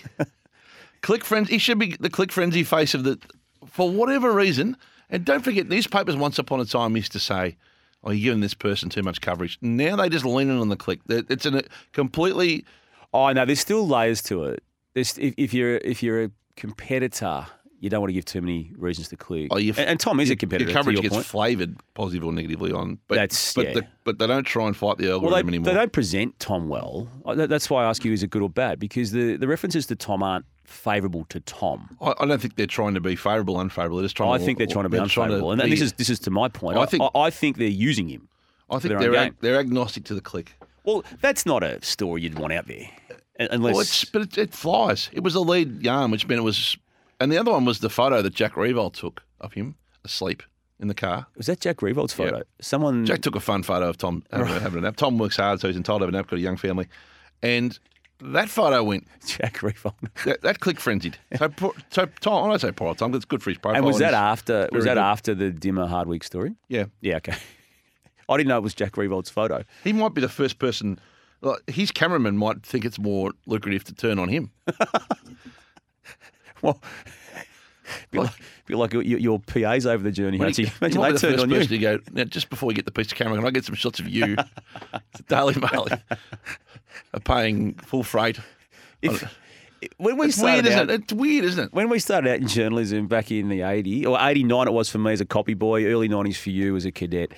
[SPEAKER 3] click frenzy. He should be the click frenzy face of the, for whatever reason. And don't forget, newspapers once upon a time used to say, "Oh, you're giving this person too much coverage." Now they just lean in on the click. They- It's a completely
[SPEAKER 2] Oh no, there's still layers to it. There's, if, if you're if you're a competitor, you don't want to give too many reasons to click.
[SPEAKER 3] Oh, you've-
[SPEAKER 2] and, and Tom is a competitor.
[SPEAKER 3] Your coverage
[SPEAKER 2] to your
[SPEAKER 3] gets
[SPEAKER 2] point.
[SPEAKER 3] flavoured positive or negatively on. But
[SPEAKER 2] That's-
[SPEAKER 3] but,
[SPEAKER 2] yeah.
[SPEAKER 3] the, but they don't try and fight the algorithm
[SPEAKER 2] well, they,
[SPEAKER 3] anymore.
[SPEAKER 2] they don't present Tom well. I- that- That's why I ask you, is it good or bad? Because the, the references to Tom aren't favourable to Tom.
[SPEAKER 3] I, I don't think they're trying to be favourable, unfavourable. They're just trying.
[SPEAKER 2] I
[SPEAKER 3] to,
[SPEAKER 2] think they're trying to be
[SPEAKER 3] trying
[SPEAKER 2] unfavourable, and
[SPEAKER 3] be- Oh,
[SPEAKER 2] this is this is to my point.
[SPEAKER 3] I
[SPEAKER 2] I think
[SPEAKER 3] think-
[SPEAKER 2] I, I think they're using him.
[SPEAKER 3] I think
[SPEAKER 2] their own
[SPEAKER 3] they're
[SPEAKER 2] game.
[SPEAKER 3] ag- they're agnostic to the click.
[SPEAKER 2] Well, that's not a story you'd want out there, un- unless
[SPEAKER 3] Well, it's, but it, it flies. It was a lead yarn, which meant it was. And the other one was the photo that Jack Revolt took of him asleep in the car.
[SPEAKER 2] was that Jack Revolt's photo?
[SPEAKER 3] Yep.
[SPEAKER 2] Someone
[SPEAKER 3] Jack took a fun photo of Tom having, a- having a nap. Tom works hard, so he's entitled to have a nap, got a young family. And that photo went,
[SPEAKER 2] [laughs] Jack Revolt.
[SPEAKER 3] that, that click frenzied. So, poor, so Tom, I don't say poor Tom, 'cause it's good for his profile.
[SPEAKER 2] And was that
[SPEAKER 3] he's-
[SPEAKER 2] after was that
[SPEAKER 3] very good.
[SPEAKER 2] after the Dimmer Hardwick story?
[SPEAKER 3] Yeah.
[SPEAKER 2] Yeah, okay. [laughs] I didn't know it was Jack Revolt's photo. [laughs]
[SPEAKER 3] He might be the first person, like, his cameraman might think it's more lucrative to turn on him.
[SPEAKER 2] Well, be like, be like your, your PA's over the journey.
[SPEAKER 3] Well,
[SPEAKER 2] Hutchie.
[SPEAKER 3] he- he
[SPEAKER 2] [laughs] Imagine
[SPEAKER 3] might
[SPEAKER 2] they
[SPEAKER 3] be the
[SPEAKER 2] turned
[SPEAKER 3] first
[SPEAKER 2] on
[SPEAKER 3] person
[SPEAKER 2] you.
[SPEAKER 3] to go, now, just before we get the piece of camera, can I get some shots of
[SPEAKER 2] [laughs]
[SPEAKER 3] you? the Daily Mail are paying full freight.
[SPEAKER 2] If, when we
[SPEAKER 3] It's
[SPEAKER 2] started
[SPEAKER 3] weird, isn't
[SPEAKER 2] out,
[SPEAKER 3] it? It's weird, isn't it?
[SPEAKER 2] when we started out in journalism back in the 80 or 89 it was for me as a copy boy, early 90s for you as a cadet.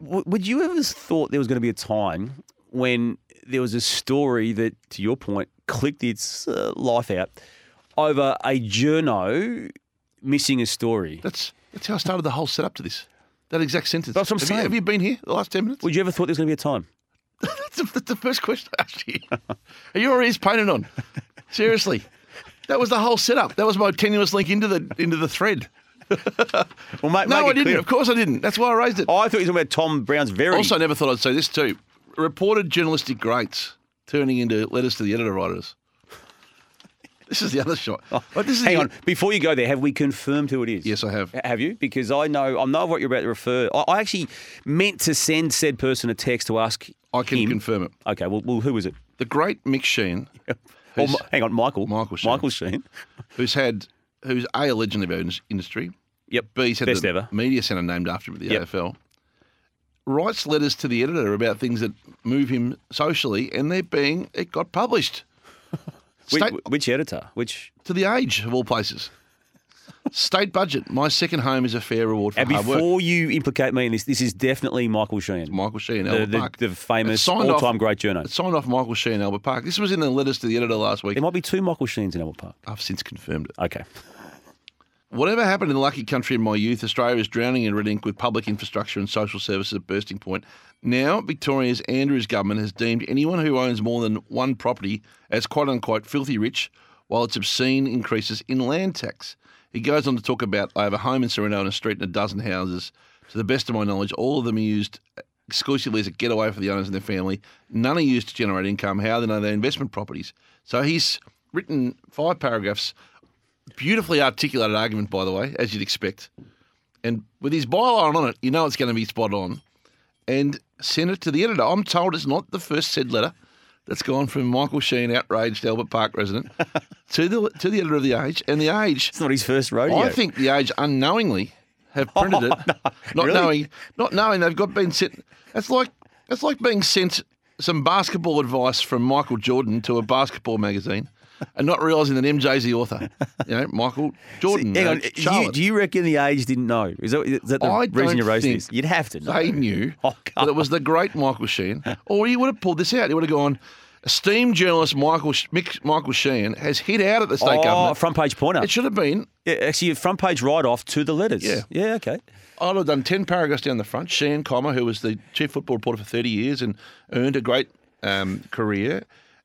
[SPEAKER 2] W- would you ever thought there was going to be a time when there was a story that, to your point, clicked its uh, life out over a journo missing a story?
[SPEAKER 3] That's that's how I started the whole setup to this. That exact sentence.
[SPEAKER 2] That's what I'm
[SPEAKER 3] have,
[SPEAKER 2] saying.
[SPEAKER 3] You, have you been here the last 10 minutes?
[SPEAKER 2] Would you ever thought there was going to be a time?
[SPEAKER 3] [laughs] that's, the, that's the first question I asked you. Are your ears
[SPEAKER 2] [laughs]
[SPEAKER 3] painted on? Seriously. That was the whole setup. That was my tenuous link into the into the thread.
[SPEAKER 2] Well, mate,
[SPEAKER 3] No,
[SPEAKER 2] make
[SPEAKER 3] I
[SPEAKER 2] it
[SPEAKER 3] didn't.
[SPEAKER 2] clear. Oh,
[SPEAKER 3] Of course I didn't. That's why I raised it.
[SPEAKER 2] I thought you were talking about Tom Brown's very.
[SPEAKER 3] Also, never thought I'd say this too. Reported journalistic greats turning into letters to the editor writers. This is the other shot. But this is
[SPEAKER 2] Oh, Hang
[SPEAKER 3] the-
[SPEAKER 2] on, before you go there, have we confirmed who it is?
[SPEAKER 3] Yes, I have.
[SPEAKER 2] H- Have you? Because I know I know what you're about to refer. I, I actually meant to send said person a text to ask.
[SPEAKER 3] I can
[SPEAKER 2] him.
[SPEAKER 3] confirm it.
[SPEAKER 2] Okay, well, well, who was it?
[SPEAKER 3] The great Mick Sheen,
[SPEAKER 2] Or,
[SPEAKER 3] Who's-
[SPEAKER 2] Mi- hang on, Michael.
[SPEAKER 3] Michael Sheen.
[SPEAKER 2] Michael Sheen.
[SPEAKER 3] who's had, who's A, a legend of our indus- industry,
[SPEAKER 2] Yep.
[SPEAKER 3] B, he's had
[SPEAKER 2] Best
[SPEAKER 3] the
[SPEAKER 2] ever.
[SPEAKER 3] media centre named after him at the
[SPEAKER 2] Yep.
[SPEAKER 3] AFL, writes letters to the editor about things that move him socially, and they're being, it
[SPEAKER 2] [laughs]
[SPEAKER 3] got published.
[SPEAKER 2] Which,
[SPEAKER 3] State-
[SPEAKER 2] which editor? Which?
[SPEAKER 3] to the age of all places. State budget. My second home is a fair reward for
[SPEAKER 2] And
[SPEAKER 3] hard
[SPEAKER 2] before
[SPEAKER 3] work.
[SPEAKER 2] you implicate me in this, this is definitely Michael Sheen.
[SPEAKER 3] Michael Sheen,
[SPEAKER 2] the,
[SPEAKER 3] Albert
[SPEAKER 2] the,
[SPEAKER 3] Park.
[SPEAKER 2] the
[SPEAKER 3] It's
[SPEAKER 2] famous
[SPEAKER 3] signed off-
[SPEAKER 2] all-time great
[SPEAKER 3] It's
[SPEAKER 2] journo.
[SPEAKER 3] signed off Michael Sheen, Albert Park. This was in the letters to the editor last week.
[SPEAKER 2] There might be two Michael Sheens in Albert Park.
[SPEAKER 3] I've since confirmed it.
[SPEAKER 2] Okay. [laughs]
[SPEAKER 3] Whatever happened in the lucky country in my youth, Australia is drowning in red ink with public infrastructure and social services at bursting point. Now, Victoria's Andrews government has deemed anyone who owns more than one property as quote unquote filthy rich, while it's obscene increases in land tax. He goes on to talk about I have a home in Sereno and a street and a dozen houses. To the best of my knowledge, all of them are used exclusively as a getaway for the owners and their family. None are used to generate income. How then are they investment properties? So he's written five paragraphs beautifully articulated argument, by the way, as you'd expect. And with his byline on it, you know it's going to be spot on. And send it to the editor. I'm told it's not the first said letter that's gone from Michael Sheen, outraged Albert Park resident, [laughs] to the to the editor of the Age. And the Age,
[SPEAKER 2] It's not his first rodeo.
[SPEAKER 3] I think the Age unknowingly have
[SPEAKER 2] [laughs]
[SPEAKER 3] printed it, not
[SPEAKER 2] Oh, really?
[SPEAKER 3] knowing, not knowing they've got been sent. That's like that's like being sent some basketball advice from Michael Jordan to a basketball magazine, and not realizing that MJ's the author. You know, Michael Jordan.
[SPEAKER 2] Hang
[SPEAKER 3] uh,
[SPEAKER 2] on, you,
[SPEAKER 3] Charlotte.
[SPEAKER 2] do you reckon the age didn't know? Is that, is that the
[SPEAKER 3] I
[SPEAKER 2] reason you
[SPEAKER 3] don't
[SPEAKER 2] raised
[SPEAKER 3] think
[SPEAKER 2] this? You'd have to know.
[SPEAKER 3] they knew
[SPEAKER 2] [laughs] Oh,
[SPEAKER 3] that it was the great Michael Sheen, or he would have pulled this out. He would have gone. Esteemed journalist Michael Sh- Mick, Michael Sheen has hit out at the state
[SPEAKER 2] oh,
[SPEAKER 3] government.
[SPEAKER 2] front page pointer.
[SPEAKER 3] It should have been
[SPEAKER 2] Yeah, actually, a front page write off to the letters.
[SPEAKER 3] Yeah.
[SPEAKER 2] Yeah, okay.
[SPEAKER 3] I'd have done 10 paragraphs down the front. Shane Comer, who was the chief football reporter for 30 years and earned a great um, career,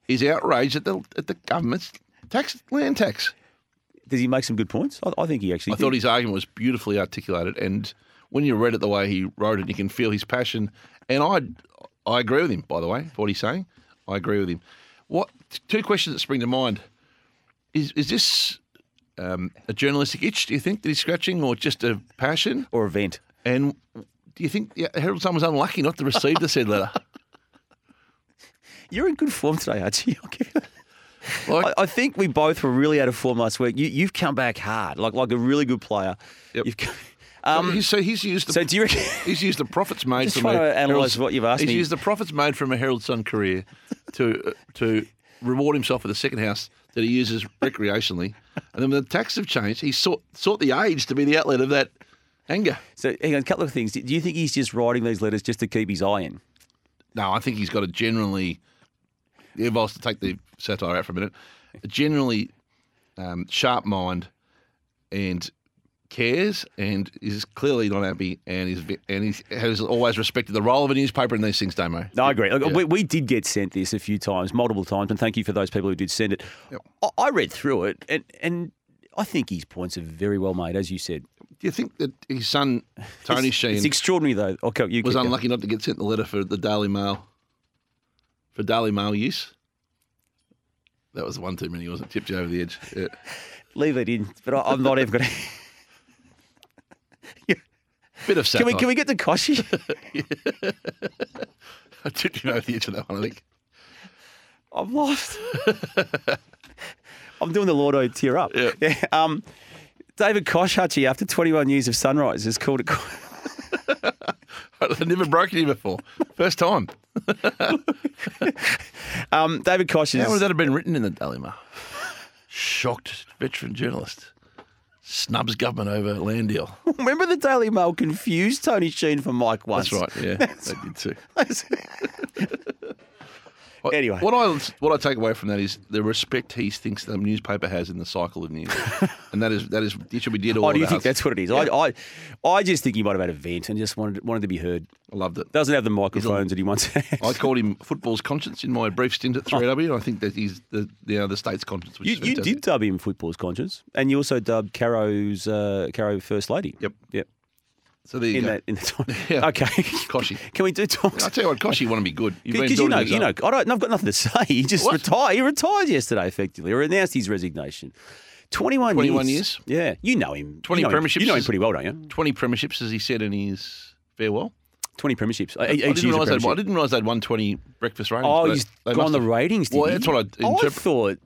[SPEAKER 3] is outraged at the, at the government's tax land tax.
[SPEAKER 2] Does he make some good points? I, I think he actually
[SPEAKER 3] I
[SPEAKER 2] did.
[SPEAKER 3] thought his argument was beautifully articulated. And when you read it the way he wrote it, you can feel his passion. And I, I agree with him, by the way, for what he's saying. I agree with him. What Two questions that spring to mind. Is, is this um, a journalistic itch, do you think, that he's scratching, or just a passion?
[SPEAKER 2] Or event.
[SPEAKER 3] And do you think the Herald Sun was unlucky not to receive the said letter?
[SPEAKER 2] You're in good form today, Archie. [laughs] Okay.
[SPEAKER 3] Like,
[SPEAKER 2] [laughs] I, I think we both were really out of form last week. You, you've come back hard, like like a really good player.
[SPEAKER 3] Yep.
[SPEAKER 2] You've come, [laughs] um,
[SPEAKER 3] he's, so he's used the
[SPEAKER 2] so do you reckon? [laughs]
[SPEAKER 3] he's used the profits made
[SPEAKER 2] Just
[SPEAKER 3] from
[SPEAKER 2] trying
[SPEAKER 3] a
[SPEAKER 2] to analyse what you've asked
[SPEAKER 3] He's
[SPEAKER 2] me.
[SPEAKER 3] used the profits made from a Herald Sun career to uh, to reward himself with a second house that he uses recreationally, and then when the tax have changed, he sought sought the age to be the outlet of that anger.
[SPEAKER 2] So hang on, a couple of things. Do you think he's just writing these letters just to keep his eye in?
[SPEAKER 3] No, I think he's got a generally, if I was to take the satire out for a minute, a generally um, sharp mind and cares and is clearly not happy and is ve- and he's, has always respected the role of a newspaper in these things, Damo.
[SPEAKER 2] No, I agree. Look, we, we did get sent this a few times, multiple times, and thank you for those people who did send it. I, I read through it, and and I think his points are very well made, as you said.
[SPEAKER 3] Do you think that his son, Tony Sheen,
[SPEAKER 2] It's extraordinary, though. Okay, you keep
[SPEAKER 3] was
[SPEAKER 2] going.
[SPEAKER 3] unlucky not to get sent the letter for the Daily Mail, for Daily Mail use? That was one too many, wasn't it? Tipped you over the edge. Uh, Yeah.
[SPEAKER 2] Leave it in, but I, I'm not even
[SPEAKER 3] [laughs]
[SPEAKER 2] going to.
[SPEAKER 3] Bit
[SPEAKER 2] Can
[SPEAKER 3] of satire.
[SPEAKER 2] we can we get to Koshi? [laughs]
[SPEAKER 3] I [laughs] tipped you over the edge of that one, I think.
[SPEAKER 2] I'm
[SPEAKER 3] [laughs]
[SPEAKER 2] lost. I'm doing the Lordo tear up. [laughs]
[SPEAKER 3] Yeah.
[SPEAKER 2] um, David Koshachi, after 21 years of Sunrise, has called it. [laughs] qu-
[SPEAKER 3] [laughs] I've never broken you before. First time.
[SPEAKER 2] Um, David Kosh
[SPEAKER 3] How
[SPEAKER 2] is.
[SPEAKER 3] would that have been written in the Daily Mail? Shocked veteran journalist. Snubs government over
[SPEAKER 2] [laughs]
[SPEAKER 3] land deal.
[SPEAKER 2] [laughs] Remember the Daily Mail confused Tony Sheen for Mike once.
[SPEAKER 3] That's
[SPEAKER 2] [laughs]
[SPEAKER 3] right. Yeah, they did too. What-
[SPEAKER 2] Anyway.
[SPEAKER 3] what I what I take away from that is the respect he thinks the newspaper has in the cycle
[SPEAKER 2] [laughs]
[SPEAKER 3] of news, and that is that is it should be dear to all.
[SPEAKER 2] oh, do
[SPEAKER 3] of
[SPEAKER 2] you think
[SPEAKER 3] us.
[SPEAKER 2] that's what it is? I, I, I just think he might have had a vent and just wanted wanted to be heard.
[SPEAKER 3] I loved it.
[SPEAKER 2] Doesn't have the microphones that he once had.
[SPEAKER 3] I called him football's conscience in my brief stint at 3W, and I think that he's the you know, the state's conscience. Which
[SPEAKER 2] [laughs] Oh. You,
[SPEAKER 3] is
[SPEAKER 2] you
[SPEAKER 3] fantastic.
[SPEAKER 2] did dub him football's conscience, and you also dubbed Caro's uh, Caro first lady.
[SPEAKER 3] Yep.
[SPEAKER 2] Yep.
[SPEAKER 3] So there you
[SPEAKER 2] in
[SPEAKER 3] go.
[SPEAKER 2] that in the time.
[SPEAKER 3] [laughs] Yeah.
[SPEAKER 2] Okay,
[SPEAKER 3] Koshy.
[SPEAKER 2] [laughs] Can we do talks?
[SPEAKER 3] I tell you what, Koshi, you want to be good. You've been
[SPEAKER 2] Because you know,
[SPEAKER 3] building these
[SPEAKER 2] you know, I
[SPEAKER 3] up.
[SPEAKER 2] don't, I've got nothing to [laughs] say. He just
[SPEAKER 3] What?
[SPEAKER 2] retired. He retired yesterday, effectively, or announced his resignation. Twenty-one.
[SPEAKER 3] 21 years?
[SPEAKER 2] Yeah, you know him.
[SPEAKER 3] 20
[SPEAKER 2] you know him-
[SPEAKER 3] premierships
[SPEAKER 2] You know him
[SPEAKER 3] is-
[SPEAKER 2] pretty well, don't you?
[SPEAKER 3] twenty premierships, as he said in his farewell.
[SPEAKER 2] Twenty premierships.
[SPEAKER 3] I, I didn't realise they'd, I didn't realise they'd won twenty breakfast ratings.
[SPEAKER 2] Oh,
[SPEAKER 3] but
[SPEAKER 2] he's
[SPEAKER 3] they
[SPEAKER 2] gone
[SPEAKER 3] must
[SPEAKER 2] the
[SPEAKER 3] have-
[SPEAKER 2] ratings. Did
[SPEAKER 3] Well,
[SPEAKER 2] he? Oh,
[SPEAKER 3] that's what I
[SPEAKER 2] I
[SPEAKER 3] interpret-
[SPEAKER 2] thought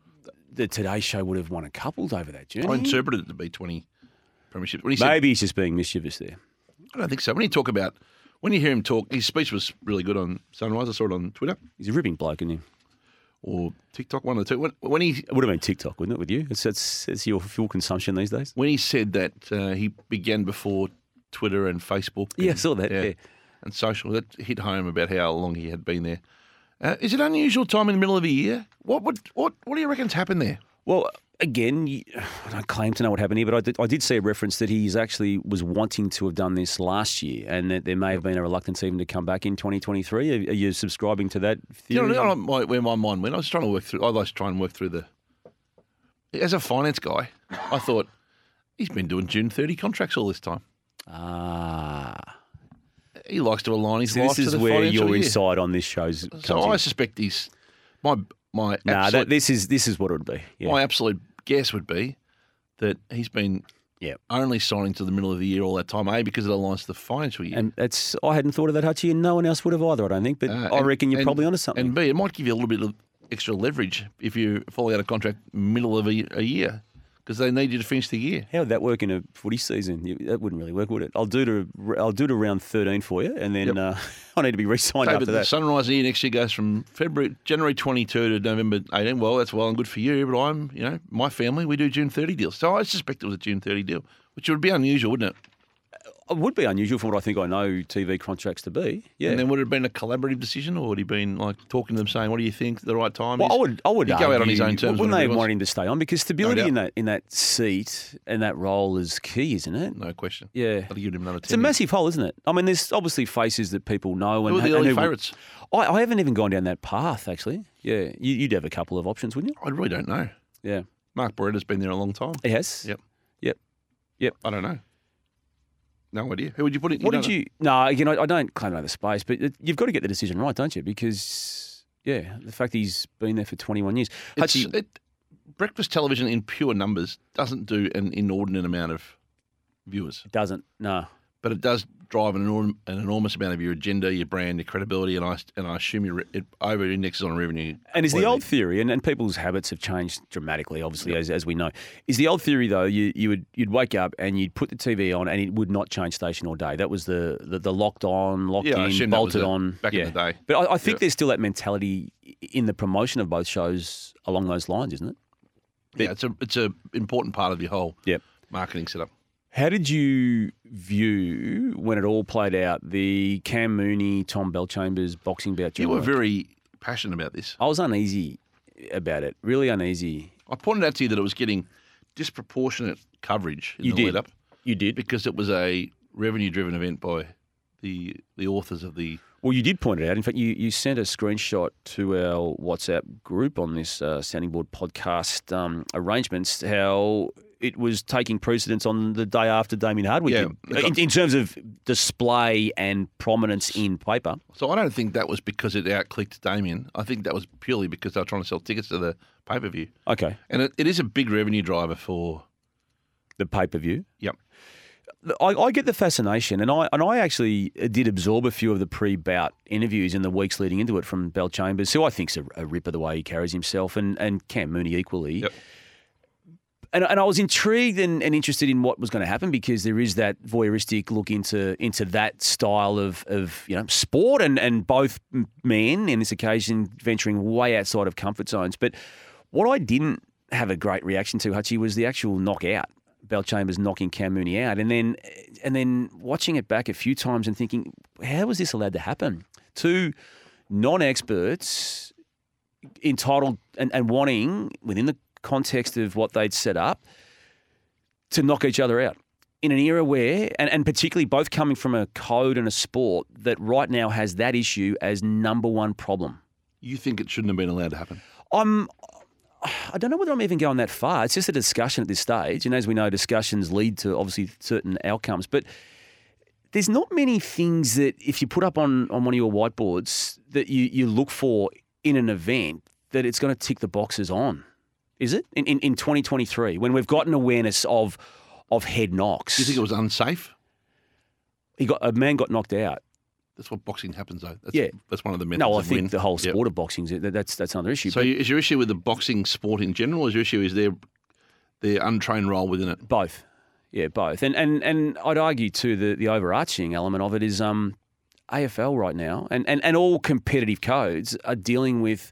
[SPEAKER 2] the Today Show would have won a couple over that. Do you know?
[SPEAKER 3] I interpreted it to be twenty premierships. When he said,
[SPEAKER 2] Maybe he's just being mischievous there.
[SPEAKER 3] I don't think so. When you talk about, when you hear him talk, his speech was really good on Sunrise. I saw it on Twitter
[SPEAKER 2] He's a ribbing bloke, isn't he?
[SPEAKER 3] or TikTok, one of the two. When, when he
[SPEAKER 2] It would have been TikTok, wouldn't it, with you? It's, it's, it's your fuel consumption these days.
[SPEAKER 3] when he said that uh, he began before Twitter and Facebook.
[SPEAKER 2] Yeah, I
[SPEAKER 3] and-
[SPEAKER 2] saw that, yeah.
[SPEAKER 3] and social. That hit home about how long he had been there. Uh, is it an unusual time in the middle of the year? What would what what do you reckon's happened there?
[SPEAKER 2] Well, again, you- I don't claim to know what happened here, but I did, I did see a reference that he's actually was wanting to have done this last year, and that there may have been a reluctance even to come back in 2023. Are, are you subscribing to that
[SPEAKER 3] Do you
[SPEAKER 2] theory?
[SPEAKER 3] know, what I- my, where my mind went? I was trying to work through. I was trying to work through the. As a finance guy, I thought he's been doing June thirty contracts all this time.
[SPEAKER 2] ah,
[SPEAKER 3] He likes to align his
[SPEAKER 2] so
[SPEAKER 3] life
[SPEAKER 2] this
[SPEAKER 3] to
[SPEAKER 2] is
[SPEAKER 3] the
[SPEAKER 2] where
[SPEAKER 3] financial
[SPEAKER 2] your
[SPEAKER 3] year.
[SPEAKER 2] insight on this show's
[SPEAKER 3] So I suspect he's my my
[SPEAKER 2] no, nah,
[SPEAKER 3] absolute,
[SPEAKER 2] that, this is this is what it would be. Yeah,
[SPEAKER 3] my absolute guess would be that he's been
[SPEAKER 2] yeah.
[SPEAKER 3] only signing to the middle of the year all that time. A because it aligns to the financial year.
[SPEAKER 2] And that's I hadn't thought of that, Hutchie, and no one else would have either. I don't think, but
[SPEAKER 3] Uh,
[SPEAKER 2] I
[SPEAKER 3] and-
[SPEAKER 2] reckon you're
[SPEAKER 3] and-
[SPEAKER 2] probably onto something.
[SPEAKER 3] And B, it might give you a little bit of extra leverage if you fall out of contract middle of a, a year because they need you to finish the year.
[SPEAKER 2] How would that work in a footy season? You, that wouldn't really work, would it? I'll do to I'll do to round thirteen for you, and then uh, [laughs] I need to be re-signed
[SPEAKER 3] David,
[SPEAKER 2] after
[SPEAKER 3] the
[SPEAKER 2] that.
[SPEAKER 3] Sunrise year next year goes from February January 22 to November 18. Well, that's well and good for you, but I'm, you know, my family, we do June 30 deals. So I suspect it was a June 30 deal, which would be unusual, wouldn't it?
[SPEAKER 2] It would be unusual from what I think I know TV contracts to be. Yeah.
[SPEAKER 3] And then would it have been a collaborative decision or would he been like talking to them saying, what do you think the right time
[SPEAKER 2] well,
[SPEAKER 3] is?
[SPEAKER 2] I would. I would
[SPEAKER 3] He'd go out on his
[SPEAKER 2] argue-
[SPEAKER 3] own terms.
[SPEAKER 2] Wouldn't they
[SPEAKER 3] whenever he
[SPEAKER 2] want
[SPEAKER 3] wants.
[SPEAKER 2] him to stay on? Because stability
[SPEAKER 3] doubt.
[SPEAKER 2] in that in that seat and that role is key, isn't it?
[SPEAKER 3] No question.
[SPEAKER 2] Yeah.
[SPEAKER 3] I'd give him another 10
[SPEAKER 2] It's a massive hole, isn't it? I mean, there's obviously faces that people know. And,
[SPEAKER 3] Who are the
[SPEAKER 2] and who-
[SPEAKER 3] early favourites?
[SPEAKER 2] I, I haven't even gone down that path, actually. Yeah, you, you'd have a couple of options, wouldn't
[SPEAKER 3] I really don't know.
[SPEAKER 2] you? Yeah.
[SPEAKER 3] Mark Beretta's been there a long time.
[SPEAKER 2] Yes.
[SPEAKER 3] Yep.
[SPEAKER 2] Yep.
[SPEAKER 3] I don't know. No idea. Who would you put it?
[SPEAKER 2] What
[SPEAKER 3] don't
[SPEAKER 2] did you? No, you know, I don't claim another space, but it- you've got to get the decision right, don't you? Because yeah, the fact he's been there for 21 years.
[SPEAKER 3] know. It's-
[SPEAKER 2] Hutchie,
[SPEAKER 3] it- breakfast television in pure numbers doesn't do an inordinate amount of viewers,
[SPEAKER 2] doesn't. No.
[SPEAKER 3] but it does drive an, enorm, an enormous amount of your agenda, your brand, your credibility, and I and I assume your, re- it over indexes on revenue.
[SPEAKER 2] And is the
[SPEAKER 3] completely.
[SPEAKER 2] old theory, and, and people's habits have changed dramatically, obviously, as, as we know. Is the old theory though? You you would you'd wake up and you'd put the TV on, and it would not change station or day. That was the the, the locked on, locked
[SPEAKER 3] Yeah, I
[SPEAKER 2] in,
[SPEAKER 3] assume that was
[SPEAKER 2] bolted
[SPEAKER 3] it
[SPEAKER 2] on
[SPEAKER 3] back in
[SPEAKER 2] yeah.
[SPEAKER 3] the day.
[SPEAKER 2] But I, I think
[SPEAKER 3] Yeah.
[SPEAKER 2] there's still that mentality i- in the promotion of both shows along those lines, isn't it?
[SPEAKER 3] Yeah, it's a it's a important part of your whole
[SPEAKER 2] Yep.
[SPEAKER 3] marketing setup.
[SPEAKER 2] How did you view when it all played out the Cam Mooney, Tom Bellchambers boxing bout?
[SPEAKER 3] You were
[SPEAKER 2] July?
[SPEAKER 3] very passionate about this.
[SPEAKER 2] I was uneasy about it. Really uneasy.
[SPEAKER 3] I pointed out to you that it was getting disproportionate coverage in
[SPEAKER 2] You
[SPEAKER 3] the
[SPEAKER 2] did.
[SPEAKER 3] lead up.
[SPEAKER 2] You did
[SPEAKER 3] because it was a revenue driven event by the the authors of the
[SPEAKER 2] well. You did point it out. In fact, you, you sent a screenshot to our WhatsApp group on this uh, sounding board podcast um, arrangements. How it was taking precedence on the day after Damien Hardwick.
[SPEAKER 3] Yeah,
[SPEAKER 2] did, in, in terms of display and prominence in paper.
[SPEAKER 3] so I don't think that was because it outclicked Damien. I think that was purely because they were trying to sell tickets to the pay per view.
[SPEAKER 2] Okay,
[SPEAKER 3] And it, it is a big revenue driver for
[SPEAKER 2] the pay per view.
[SPEAKER 3] yep.
[SPEAKER 2] I, I get the fascination, and I and I actually uh, did absorb a few of the pre-bout interviews in the weeks leading into it from Bell Chambers, who I think's a, a ripper the way he carries himself, and and Cam Mooney equally.
[SPEAKER 3] Yep.
[SPEAKER 2] And, and I was intrigued and, and interested in what was going to happen because there is that voyeuristic look into into that style of, of you know sport and, and both m- men in this occasion venturing way outside of comfort zones. But what I didn't have a great reaction to, Hutchie, was the actual knockout. Bell Chambers knocking Cam Mooney out, and then and then watching it back a few times and thinking, how was this allowed to happen? Two non-experts entitled and, and wanting within the context of what they'd set up to knock each other out in an era where and, and particularly both coming from a code and a sport that right now has that issue as number one problem
[SPEAKER 3] You think it shouldn't have been allowed to happen.
[SPEAKER 2] i'm i don't know whether i'm even going that far it's just a discussion at this stage and as we know discussions lead to obviously certain outcomes but there's not many things that if you put up on, on one of your whiteboards that you, you look for in an event that it's going to tick the boxes on, is it? In, in, in 2023, when we've got an awareness of of head knocks.
[SPEAKER 3] Do you think it was unsafe?
[SPEAKER 2] he got a man got knocked out?
[SPEAKER 3] That's what boxing happens, though. That's,
[SPEAKER 2] Yeah.
[SPEAKER 3] That's one of the methods.
[SPEAKER 2] No, I
[SPEAKER 3] of
[SPEAKER 2] think
[SPEAKER 3] win.
[SPEAKER 2] the whole
[SPEAKER 3] Yep.
[SPEAKER 2] sport of boxing is that, that's that's another issue.
[SPEAKER 3] So,
[SPEAKER 2] but
[SPEAKER 3] you- is your issue with the boxing sport in general, or is your issue is their their untrained role within it?
[SPEAKER 2] both, yeah, both, and and and I'd argue too the the overarching element of it is um AFL right now, and and and all competitive codes are dealing with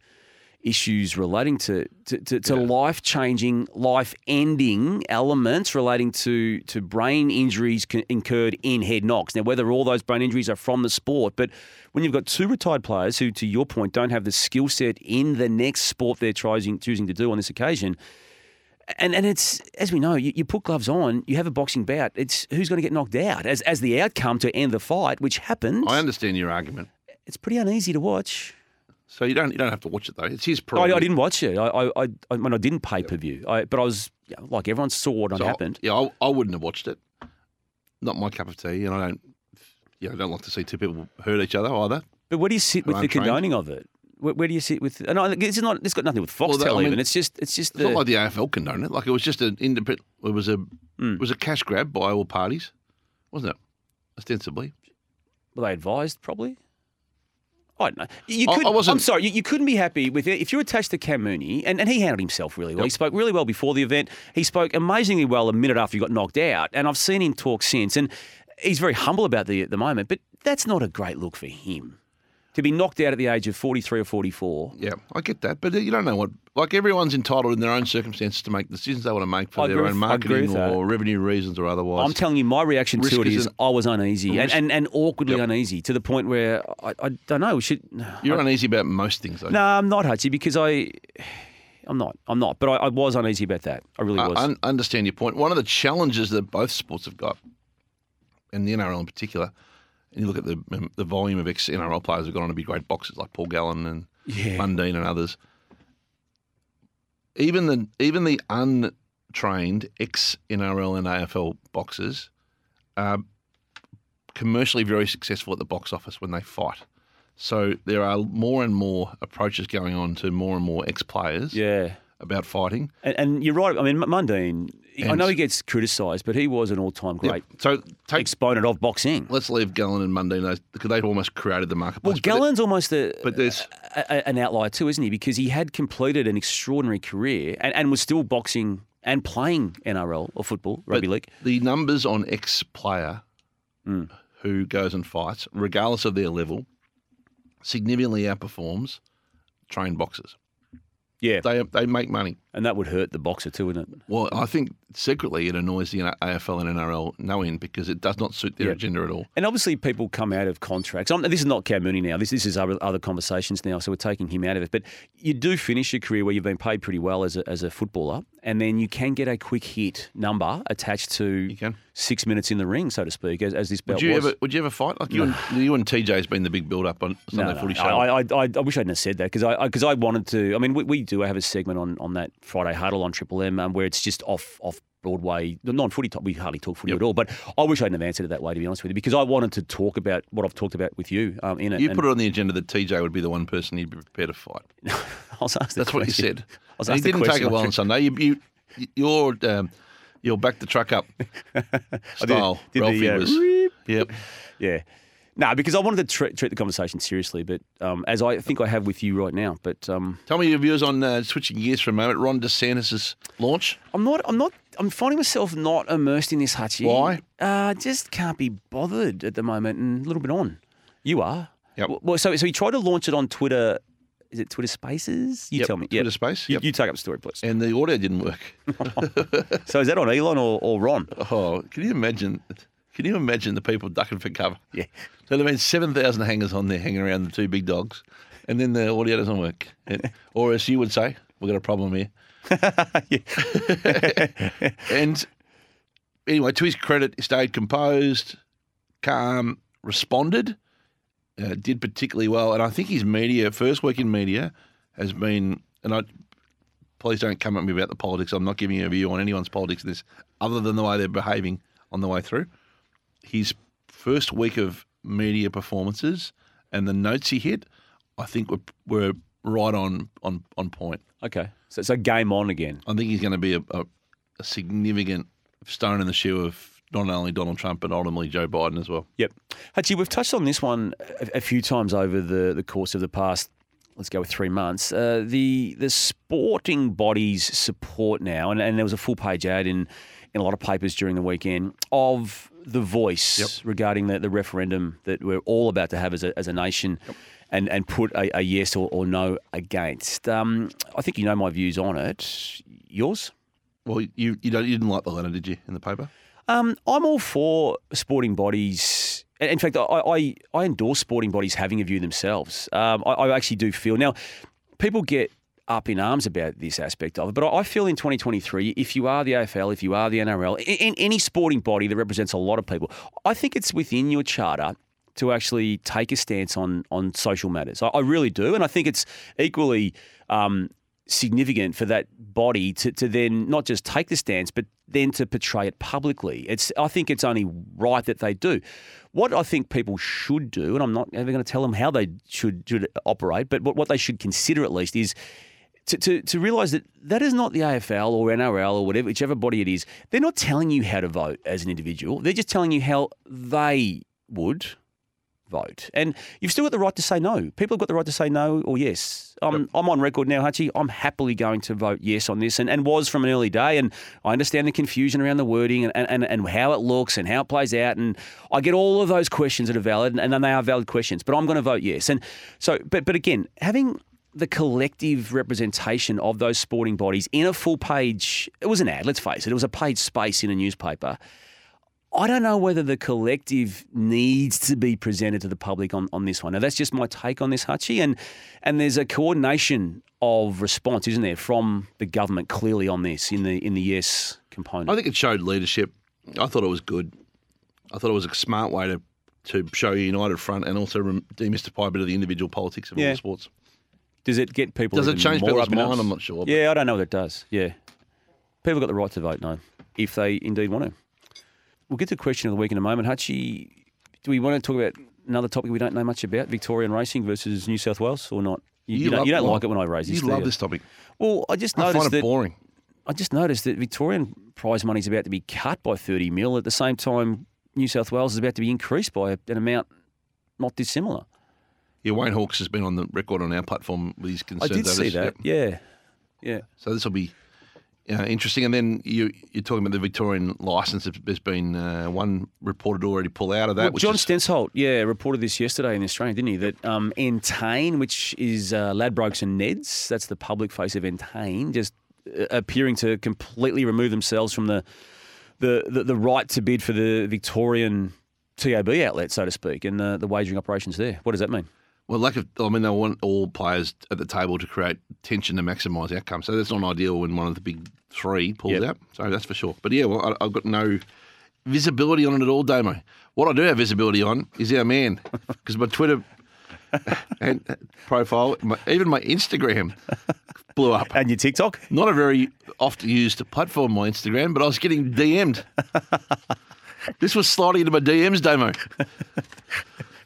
[SPEAKER 2] issues relating to to, to, to life changing, life ending elements relating to to brain injuries con- incurred in head knocks. Now, whether all those brain injuries are from the sport, but when you've got two retired players who, to your point, don't have the skill set in the next sport they're choosing choosing to do on this occasion. And, and it's as we know, you, you put gloves on, you have a boxing bout. It's who's going to get knocked out as, as the outcome to end the fight, which happens.
[SPEAKER 3] I understand your argument.
[SPEAKER 2] It's pretty uneasy to watch.
[SPEAKER 3] So you don't you don't have to watch it though. It's his
[SPEAKER 2] I,
[SPEAKER 3] prerogative.
[SPEAKER 2] I didn't watch it. I I, I, I, mean, I didn't pay per view. I, but I was you know, like everyone saw what
[SPEAKER 3] So I-
[SPEAKER 2] happened.
[SPEAKER 3] yeah, I, I wouldn't have watched it. Not my cup of tea, and I don't. Yeah, I don't like to see two people hurt each other either.
[SPEAKER 2] But where do you sit with the
[SPEAKER 3] aren't trained.
[SPEAKER 2] condoning of it? Where, where do you sit with? And I, it's not. It's got nothing with Foxtel
[SPEAKER 3] Well, that- I mean,
[SPEAKER 2] even. It's just. It's just
[SPEAKER 3] It's
[SPEAKER 2] the.
[SPEAKER 3] not like the AFL condoned it. Like it was just an independent. It was a
[SPEAKER 2] Hmm.
[SPEAKER 3] it was a cash grab by all parties, wasn't it? Ostensibly,
[SPEAKER 2] were they advised probably? I don't know. You
[SPEAKER 3] I- I
[SPEAKER 2] could, I,
[SPEAKER 3] wasn't-
[SPEAKER 2] am sorry. You, you couldn't be happy with it if you were attached to Cam Mooney, and, and he handled himself really well. He spoke really well before the event. He spoke amazingly well a minute after he got knocked out, and I've seen him talk since. And he's very humble about the at the moment, but that's not a great look for him to be knocked out at the age of 43 or 44.
[SPEAKER 3] yeah, I get that, but uh, you don't know what. Like everyone's entitled in their own circumstances to make decisions they want to make for
[SPEAKER 2] I
[SPEAKER 3] their
[SPEAKER 2] agree
[SPEAKER 3] own
[SPEAKER 2] with- I agree with that.
[SPEAKER 3] marketing or revenue reasons or otherwise.
[SPEAKER 2] I'm telling you, my reaction
[SPEAKER 3] Risk
[SPEAKER 2] to it
[SPEAKER 3] is
[SPEAKER 2] is
[SPEAKER 3] an-
[SPEAKER 2] I was uneasy and,
[SPEAKER 3] Risk-
[SPEAKER 2] and, and awkwardly uneasy to the point where I, I don't know. Should
[SPEAKER 3] You're uneasy about most things, though.
[SPEAKER 2] no, I'm not Hutchie because I, I'm not, I'm not. But I, I was uneasy about that. I really
[SPEAKER 3] I
[SPEAKER 2] was.
[SPEAKER 3] Uh, un- understand your point. One of the challenges that both sports have got, and the NRL in particular, and you look at the um, the volume of ex NRL players who've gone on to be great boxers like Paul Gallen and
[SPEAKER 2] Yeah.
[SPEAKER 3] Mundine and others. Even the even the untrained ex NRL and AFL boxers are commercially very successful at the box office when they fight. So there are more and more approaches going on to more and more ex players
[SPEAKER 2] yeah,
[SPEAKER 3] about fighting.
[SPEAKER 2] and, and you're right. I mean, M- Mundine. I
[SPEAKER 3] And-
[SPEAKER 2] know he gets criticised, but he was an all-time
[SPEAKER 3] Yeah,
[SPEAKER 2] great
[SPEAKER 3] So take
[SPEAKER 2] exponent of boxing.
[SPEAKER 3] let's leave Gallen and Monday those because they almost created the marketplace.
[SPEAKER 2] Well, Gallen's almost a,
[SPEAKER 3] but there's-
[SPEAKER 2] a- a- an outlier too, isn't he? Because he had completed an extraordinary career and, and was still boxing and playing NRL or football,
[SPEAKER 3] But
[SPEAKER 2] rugby league.
[SPEAKER 3] The numbers on ex player
[SPEAKER 2] Hmm.
[SPEAKER 3] who goes and fights, regardless of their level, significantly outperforms trained boxers.
[SPEAKER 2] Yeah,
[SPEAKER 3] They they make money.
[SPEAKER 2] and that would hurt the boxer too, wouldn't it?
[SPEAKER 3] Well, I think secretly it annoys the AFL and NRL no end because it does not suit their
[SPEAKER 2] Yeah.
[SPEAKER 3] agenda at all.
[SPEAKER 2] And obviously, people come out of contracts. I'm, this is not Cam Mooney now. This this is other, other conversations now. So we're taking him out of it. But you do finish your career where you've been paid pretty well as a, as a footballer, and then you can get a quick hit number attached to
[SPEAKER 3] can.
[SPEAKER 2] six minutes in the ring, so to speak, as, as this belt
[SPEAKER 3] Would you
[SPEAKER 2] was.
[SPEAKER 3] ever would you ever fight like you and you and TJ's been the big build up on
[SPEAKER 2] No,
[SPEAKER 3] Sunday
[SPEAKER 2] no,
[SPEAKER 3] Footy
[SPEAKER 2] no.
[SPEAKER 3] Show?
[SPEAKER 2] I, I, I, I wish I hadn't have said that because I because I, wanted to. I mean, we, we do have a segment on, on that Friday huddle on Triple M um, where it's just off off Broadway, non footy top. We hardly talk footy at all. But I wish I hadn't have answered it that way to be honest with you because I wanted to talk about what I've talked about with you um, in it.
[SPEAKER 3] you
[SPEAKER 2] and
[SPEAKER 3] put it on the agenda that TJ would be the one person he'd be prepared to fight.
[SPEAKER 2] [laughs] I was asked the
[SPEAKER 3] That's what you
[SPEAKER 2] question.
[SPEAKER 3] said.
[SPEAKER 2] [laughs] I was
[SPEAKER 3] And
[SPEAKER 2] asked
[SPEAKER 3] he
[SPEAKER 2] the
[SPEAKER 3] didn't
[SPEAKER 2] question, [laughs]
[SPEAKER 3] take it well
[SPEAKER 2] I
[SPEAKER 3] on Sunday. You, you, you're, um, you're back the
[SPEAKER 2] [laughs]
[SPEAKER 3] truck up style.
[SPEAKER 2] did the,
[SPEAKER 3] Ralphie
[SPEAKER 2] uh,
[SPEAKER 3] was. Yep.
[SPEAKER 2] Yeah. No, because I wanted to tre- treat the conversation seriously, but um, as I think I have with you right now. But um,
[SPEAKER 3] Tell me your views on uh, switching gears for a moment. Ron DeSantis' launch.
[SPEAKER 2] I'm not. I'm not. I'm finding myself not immersed in this, Hutchie.
[SPEAKER 3] Why?
[SPEAKER 2] Uh, just can't be bothered at the moment, and a little bit on. You are.
[SPEAKER 3] Yep.
[SPEAKER 2] W- Well, so so he tried to launch it on Twitter. Is it Twitter Spaces? You
[SPEAKER 3] Yep,
[SPEAKER 2] tell me.
[SPEAKER 3] Twitter Space,
[SPEAKER 2] You,
[SPEAKER 3] yep.
[SPEAKER 2] you take up the story, please.
[SPEAKER 3] And the audio didn't work.
[SPEAKER 2] So is that on Elon or, or
[SPEAKER 3] [laughs]
[SPEAKER 2] Ron?
[SPEAKER 3] Oh, can you imagine? Can you imagine the people ducking for cover?
[SPEAKER 2] Yeah.
[SPEAKER 3] So there have been 7,000 hangers on there hanging around the two big dogs, and then the audio doesn't work. It- or as you would say, we've got a problem here. [laughs] and anyway, to his credit, he stayed composed, calm, responded, uh, did particularly well. And I think his media, first week in media, has been, and I please don't come at me about the politics. I'm not giving you a view on anyone's politics in this, other than the way they're behaving on the way through. His first week of media performances and the notes he hit, I think were were right on on on point.
[SPEAKER 2] Okay. So, so game on again.
[SPEAKER 3] I think he's going to be a, a, a significant stone in the shoe of not only Donald Trump but ultimately Joe Biden as well.
[SPEAKER 2] Yep. Hachi, we've touched on this one a, a few times over the, the course of the past, let's go with three months. Uh, the the sporting bodies support now, and, and there was a full page ad in, in a lot of papers during the weekend of the voice regarding the, the referendum that we're all about to have as a, as a nation. And, and put a, a yes or, or no against. Um, I think you know my views on it. Yours?
[SPEAKER 3] Well, you you, don't, you didn't like the letter, did you, in the paper?
[SPEAKER 2] Um, I'm all for sporting bodies. and In fact, I, I, I endorse sporting bodies having a view themselves. Um, I, I actually do feel now people get up in arms about this aspect of it, but I, I feel in 2023, if you are the AFL, if you are the NRL, in, in any sporting body that represents a lot of people, I think it's within your charter to actually take a stance on on social matters. I, I really do, and I think it's equally um, significant for that body to, to then not just take the stance, but then to portray it publicly. It's I think it's only right that they do. What I think people should do, and I'm not ever going to tell them how they should, should operate, but what, what they should consider at least is to, to, to realize that that is not the AFL or NRL or whatever, whichever body it is. They're not telling you how to vote as an individual. They're just telling you how they would vote. And you've still got the right to say no. People have got the right to say no or yes. I'm, I'm on record now, Hutchie. I'm happily going to vote yes on this and, and was from an early day. And I understand the confusion around the wording and, and, and how it looks and how it plays out. And I get all of those questions that are valid and, and they are valid questions, but I'm going to vote yes. And so, but, but again, having the collective representation of those sporting bodies in a full page, it was an ad, let's face it, it was a page space in a newspaper. I don't know whether the collective needs to be presented to the public on, on this one. Now, that's just my take on this, Hutchie. And, and there's a coordination of response, isn't there, from the government clearly on this in the, in the yes component.
[SPEAKER 3] I think it showed leadership. I thought it was good. I thought it was a smart way to to show a united front and also rem- demystify a bit of the individual politics of all
[SPEAKER 2] Yeah.
[SPEAKER 3] the sports.
[SPEAKER 2] Does it get people?
[SPEAKER 3] Does it
[SPEAKER 2] even
[SPEAKER 3] change
[SPEAKER 2] more
[SPEAKER 3] people's
[SPEAKER 2] up in
[SPEAKER 3] mind?
[SPEAKER 2] arms?
[SPEAKER 3] I'm not sure, but-
[SPEAKER 2] Yeah, I don't know what it does. Yeah, people got the right to vote, no, if they indeed want to. We'll get to the question of the week in a moment. Hutchie, do we want to talk about another topic we don't know much about, Victorian racing versus New South Wales, or not? You, you don't,
[SPEAKER 3] love-
[SPEAKER 2] you don't like it when I raise this.
[SPEAKER 3] You
[SPEAKER 2] do
[SPEAKER 3] love
[SPEAKER 2] you?
[SPEAKER 3] this topic.
[SPEAKER 2] Well, I just
[SPEAKER 3] I
[SPEAKER 2] noticed
[SPEAKER 3] find it
[SPEAKER 2] that
[SPEAKER 3] boring.
[SPEAKER 2] I just noticed that Victorian prize money is about to be cut by 30 mil. At the same time, New South Wales is about to be increased by an amount not dissimilar.
[SPEAKER 3] Yeah, Wayne Hawkes has been on the record on our platform with his
[SPEAKER 2] I
[SPEAKER 3] concerns.
[SPEAKER 2] did
[SPEAKER 3] over
[SPEAKER 2] see
[SPEAKER 3] this.
[SPEAKER 2] that.
[SPEAKER 3] Yep.
[SPEAKER 2] Yeah, yeah.
[SPEAKER 3] So this will be uh, interesting. And then you, you're talking about the Victorian license. There's been uh, one reported already pull out of that.
[SPEAKER 2] Well,
[SPEAKER 3] which
[SPEAKER 2] John
[SPEAKER 3] is-
[SPEAKER 2] Stensholt, yeah, reported this yesterday in the Australian, didn't he? That um, Entain, which is uh, Ladbrokes and Neds, that's the public face of Entain, just uh, appearing to completely remove themselves from the the, the the right to bid for the Victorian TAB outlet, so to speak, and the, the wagering operations there. What does that mean?
[SPEAKER 3] Well, lack of, I mean, they want all players at the table to create tension to maximise outcome. So that's not ideal when one of the big three pulls
[SPEAKER 2] Yep.
[SPEAKER 3] out. So that's for sure. But yeah, well, I, I've got no visibility on it at all, Damo. What I do have visibility on is our man, because my Twitter [laughs] and profile, my, even my Instagram blew up.
[SPEAKER 2] And your TikTok?
[SPEAKER 3] Not a very oft used platform, my Instagram, but I was getting DM'd. this was sliding into my DMs, Damo.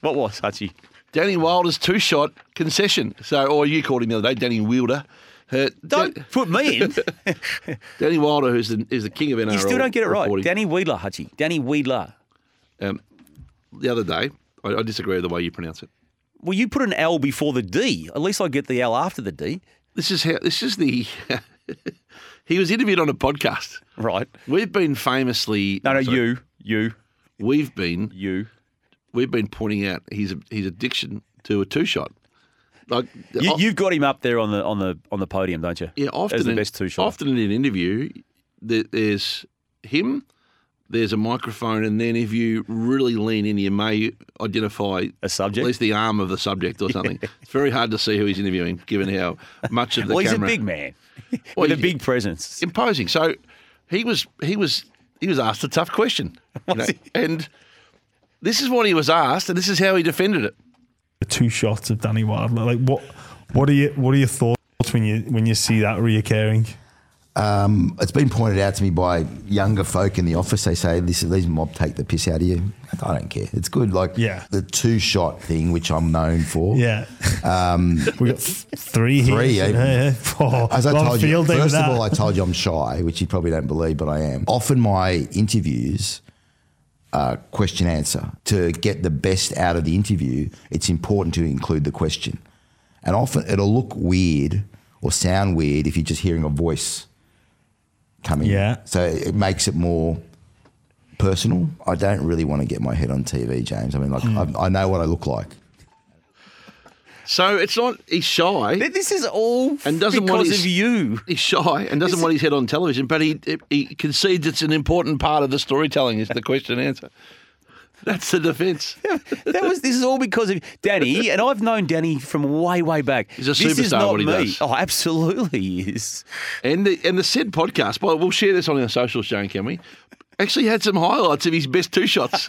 [SPEAKER 2] What was, Hutchie?
[SPEAKER 3] Danny Wilder's two shot concession. So, or you called him the other day, Danny Wilder. Uh, Dan-
[SPEAKER 2] Don't put
[SPEAKER 3] [laughs]
[SPEAKER 2] me in.
[SPEAKER 3] Danny Wilder, who's the, is the king of NRL.
[SPEAKER 2] You still don't get it right.
[SPEAKER 3] reporting.
[SPEAKER 2] Danny Wheedler, Hutchie. Danny Wheedler.
[SPEAKER 3] Um, the other day, I, I disagree with the way you pronounce it.
[SPEAKER 2] Well, you put an L before the D. At least I get the L after the D.
[SPEAKER 3] This is how. This is the. [laughs] he was interviewed on a podcast.
[SPEAKER 2] Right.
[SPEAKER 3] We've been famously.
[SPEAKER 2] No, no,
[SPEAKER 3] I'm sorry,
[SPEAKER 2] you, you,
[SPEAKER 3] We've been
[SPEAKER 2] you.
[SPEAKER 3] we've been pointing out his his addiction to a two shot. Like
[SPEAKER 2] You,
[SPEAKER 3] I-
[SPEAKER 2] you've got him up there on the on the on the podium, don't you?
[SPEAKER 3] yeah, often
[SPEAKER 2] as the
[SPEAKER 3] in,
[SPEAKER 2] best two shot.
[SPEAKER 3] Often in an interview, there, there's him, there's a microphone, and then if you really lean in, you may identify
[SPEAKER 2] A subject?
[SPEAKER 3] at least the arm of the subject or
[SPEAKER 2] [laughs]
[SPEAKER 3] something. it's very hard to see who he's interviewing, given how much of the
[SPEAKER 2] well, he's
[SPEAKER 3] camera
[SPEAKER 2] a big man
[SPEAKER 3] [laughs] Well,
[SPEAKER 2] with a
[SPEAKER 3] you-
[SPEAKER 2] big presence.
[SPEAKER 3] imposing. So he was he was he was asked a tough question, you know,
[SPEAKER 2] [laughs]
[SPEAKER 3] and this is what he was asked, and this is how he defended it.
[SPEAKER 4] the two shots of Danny Wilder. Like what what are you what are your thoughts when you when you see that reoccurring?
[SPEAKER 5] Um, it's been pointed out to me by younger folk in the office. They say this these mob take the piss out of you. I don't care. It's good. Like
[SPEAKER 4] Yeah.
[SPEAKER 5] the two shot thing, which I'm known for.
[SPEAKER 4] Yeah.
[SPEAKER 5] Um,
[SPEAKER 4] we got th- three here.
[SPEAKER 5] Three, eh?
[SPEAKER 4] Yeah, Four.
[SPEAKER 5] As I
[SPEAKER 4] Long
[SPEAKER 5] told you,
[SPEAKER 4] field day with
[SPEAKER 5] first of
[SPEAKER 4] that.
[SPEAKER 5] all, I told you I'm shy, which you probably don't believe, but I am. Often my interviews are question answer. To get the best out of the interview, it's important to include the question. And often it'll look weird or sound weird if you're just hearing a voice coming.
[SPEAKER 4] Yeah.
[SPEAKER 5] So it makes it more personal. I don't really want to get my head on TV, James. I mean,
[SPEAKER 4] Hmm.
[SPEAKER 5] like, I, I know what I look like.
[SPEAKER 3] So it's not he's shy.
[SPEAKER 2] This is all
[SPEAKER 3] And doesn't want
[SPEAKER 2] because
[SPEAKER 3] his-
[SPEAKER 2] of you.
[SPEAKER 3] He's shy and doesn't want his head on television, but he he concedes it's an important part of the
[SPEAKER 2] [laughs]
[SPEAKER 3] storytelling. Is the question and answer? That's the defence.
[SPEAKER 2] That was. This is all because of [laughs] Danny, and I've known Danny from way, way back.
[SPEAKER 3] He's a
[SPEAKER 2] this is
[SPEAKER 3] superstar,
[SPEAKER 2] not
[SPEAKER 3] what he
[SPEAKER 2] me.
[SPEAKER 3] does.
[SPEAKER 2] Oh, absolutely, he is.
[SPEAKER 3] And the and the said podcast, well, we'll share this on our social, Shane, can we? Actually had some highlights of his best two
[SPEAKER 2] [laughs]
[SPEAKER 3] shots.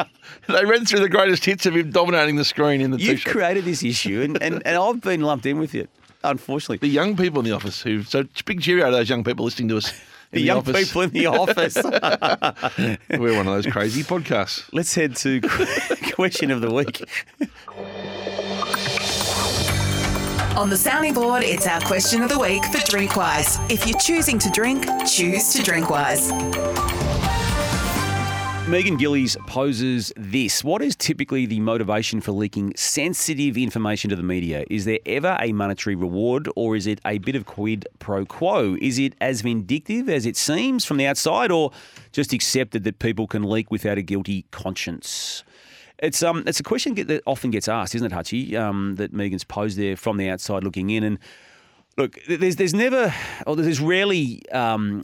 [SPEAKER 3] they ran through the greatest hits of him dominating the screen in the two
[SPEAKER 2] You've
[SPEAKER 3] shots.
[SPEAKER 2] created this issue, and, and, and I've been lumped in with it. Unfortunately,
[SPEAKER 3] the young people in the office who so big cheerio to those young people listening to us.
[SPEAKER 2] [laughs] the
[SPEAKER 3] in
[SPEAKER 2] young
[SPEAKER 3] office.
[SPEAKER 2] people
[SPEAKER 3] [laughs]
[SPEAKER 2] in the office.
[SPEAKER 3] We're one of
[SPEAKER 2] [laughs]
[SPEAKER 3] those crazy podcasts.
[SPEAKER 2] Let's head to [laughs] question of the week.
[SPEAKER 1] On the sounding board, it's our question of the week for Drinkwise. If you're choosing to drink, choose to drink wise.
[SPEAKER 2] Megan Gillies poses this. What is typically the motivation for leaking sensitive information to the media? Is there ever a monetary reward or is it a bit of quid pro quo? Is it as vindictive as it seems from the outside or just accepted that people can leak without a guilty conscience? It's um, it's a question get- that often gets asked, isn't it, Hutchie? Um, that Megan's posed there from the outside looking in, and look, th- there's there's never, or there's rarely um,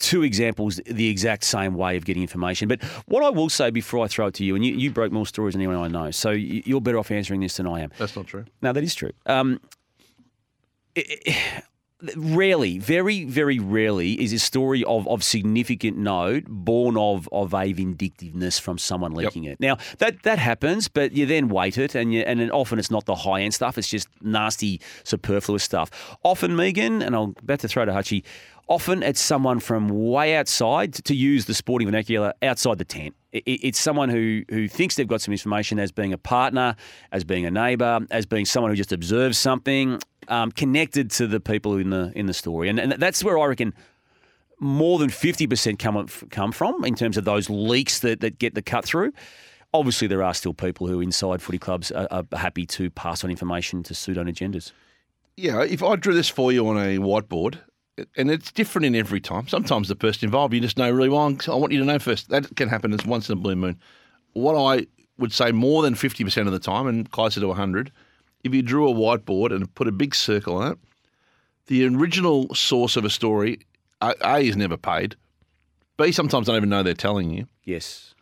[SPEAKER 2] two examples the exact same way of getting information. But what I will say before I throw it to you, and you, you broke more stories than anyone I know, so you- you're better off answering this than I am.
[SPEAKER 3] That's not true.
[SPEAKER 2] No, that is true. Um, it, it- rarely, very, very rarely is a story of, of significant note born of, of a vindictiveness from someone leaking it. Now, that, that happens, but you then wait it, and, you, and then often it's not the high end stuff, it's just nasty, superfluous stuff. Often, Megan, and I'm about to throw to Hutchie, often it's someone from way outside, to use the sporting vernacular, outside the tent. It- it- It's someone who, who thinks they've got some information as being a partner, as being a neighbour, as being someone who just observes something, um, connected to the people in the in the story, and, and that's where I reckon more than fifty percent come f- come from in terms of those leaks that that get the cut through. Obviously, there are still people who inside footy clubs are, are happy to pass on information to suit own agendas.
[SPEAKER 3] Yeah, if I drew this for you on a whiteboard, and it's different in every time. Sometimes the person involved, you just know really well. I want you to know first. That can happen as once in a blue moon. What I would say more than 50% of the time, and closer to 100, if you drew a whiteboard and put a big circle on it, the original source of a story, A, a is never paid. B, sometimes don't even know they're telling you.
[SPEAKER 2] Yes,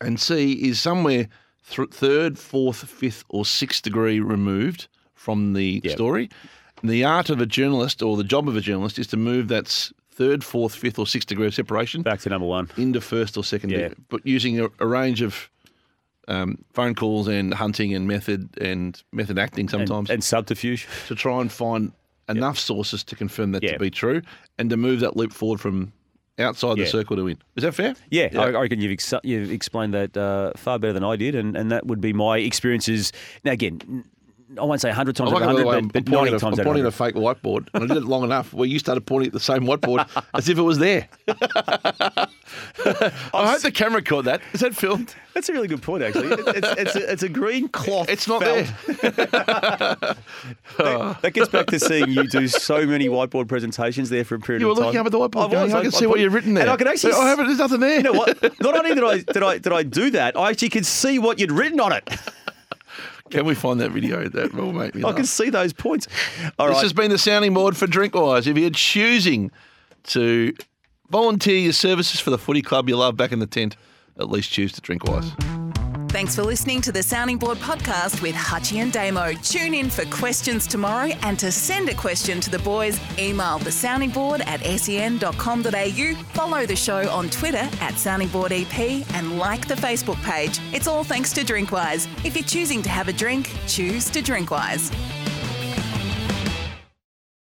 [SPEAKER 3] and C is somewhere th- third, fourth, fifth, or sixth degree removed from the
[SPEAKER 2] Yep.
[SPEAKER 3] story. And the art of a journalist or the job of a journalist is to move that s- third, fourth, fifth, or sixth degree of separation
[SPEAKER 2] back to number one.
[SPEAKER 3] into first or second,
[SPEAKER 2] Yeah.
[SPEAKER 3] degree, but using a, a range of um, phone calls and hunting and method and method acting
[SPEAKER 2] And-
[SPEAKER 3] sometimes
[SPEAKER 2] and subterfuge.
[SPEAKER 3] to try and find enough sources to confirm that
[SPEAKER 2] Yeah.
[SPEAKER 3] to be true and to move that loop forward from outside
[SPEAKER 2] Yeah.
[SPEAKER 3] the circle to in. Is that fair?
[SPEAKER 2] Yeah, I I reckon you've, ex- you've explained that uh, far better than I did, and, and that would be my experiences. Now, again, n- I won't say 100 times
[SPEAKER 3] I
[SPEAKER 2] out of
[SPEAKER 3] like it, by the way,
[SPEAKER 2] 100,
[SPEAKER 3] I'm,
[SPEAKER 2] but, but 90
[SPEAKER 3] pointing at, a-
[SPEAKER 2] times out
[SPEAKER 3] I'm
[SPEAKER 2] of
[SPEAKER 3] pointing
[SPEAKER 2] 100.
[SPEAKER 3] at a fake whiteboard, and I did it long enough where you started pointing at the same whiteboard [laughs] as if it was there. I hope the camera caught that. Is that filmed?
[SPEAKER 2] That's a really good point, actually. It's, it's, it's, a, it's a
[SPEAKER 3] [laughs]
[SPEAKER 2] green cloth.
[SPEAKER 3] It's not
[SPEAKER 2] felt.
[SPEAKER 3] there.
[SPEAKER 2] That, that gets back to seeing you do so many whiteboard presentations there for a period
[SPEAKER 3] You were
[SPEAKER 2] of time.
[SPEAKER 3] looking up at the whiteboard.
[SPEAKER 2] I
[SPEAKER 3] going, I,
[SPEAKER 2] was,
[SPEAKER 3] can see what
[SPEAKER 2] put-
[SPEAKER 3] you've written there.
[SPEAKER 2] And I can actually.
[SPEAKER 3] I haven't. [laughs] There's nothing there.
[SPEAKER 2] You know what? Not only did I did I did I do that, I actually could see what you'd written on it.
[SPEAKER 3] Can we find that video? That will make me.
[SPEAKER 2] I
[SPEAKER 3] laugh.
[SPEAKER 2] can see those points. All
[SPEAKER 3] this
[SPEAKER 2] right.
[SPEAKER 3] has been the sounding board for Drinkwise. If you're choosing to volunteer your services for the footy club you love back in the tent, at least choose to Drinkwise.
[SPEAKER 1] Thanks for listening to the Sounding Board podcast with Hutchie and Damo. Tune in for questions tomorrow and to send a question to the boys, email the sounding board at sen.com.au, follow the show on Twitter at Sounding Board EP and like the Facebook page. It's all thanks to Drinkwise. If you're choosing to have a drink, choose to drink wise.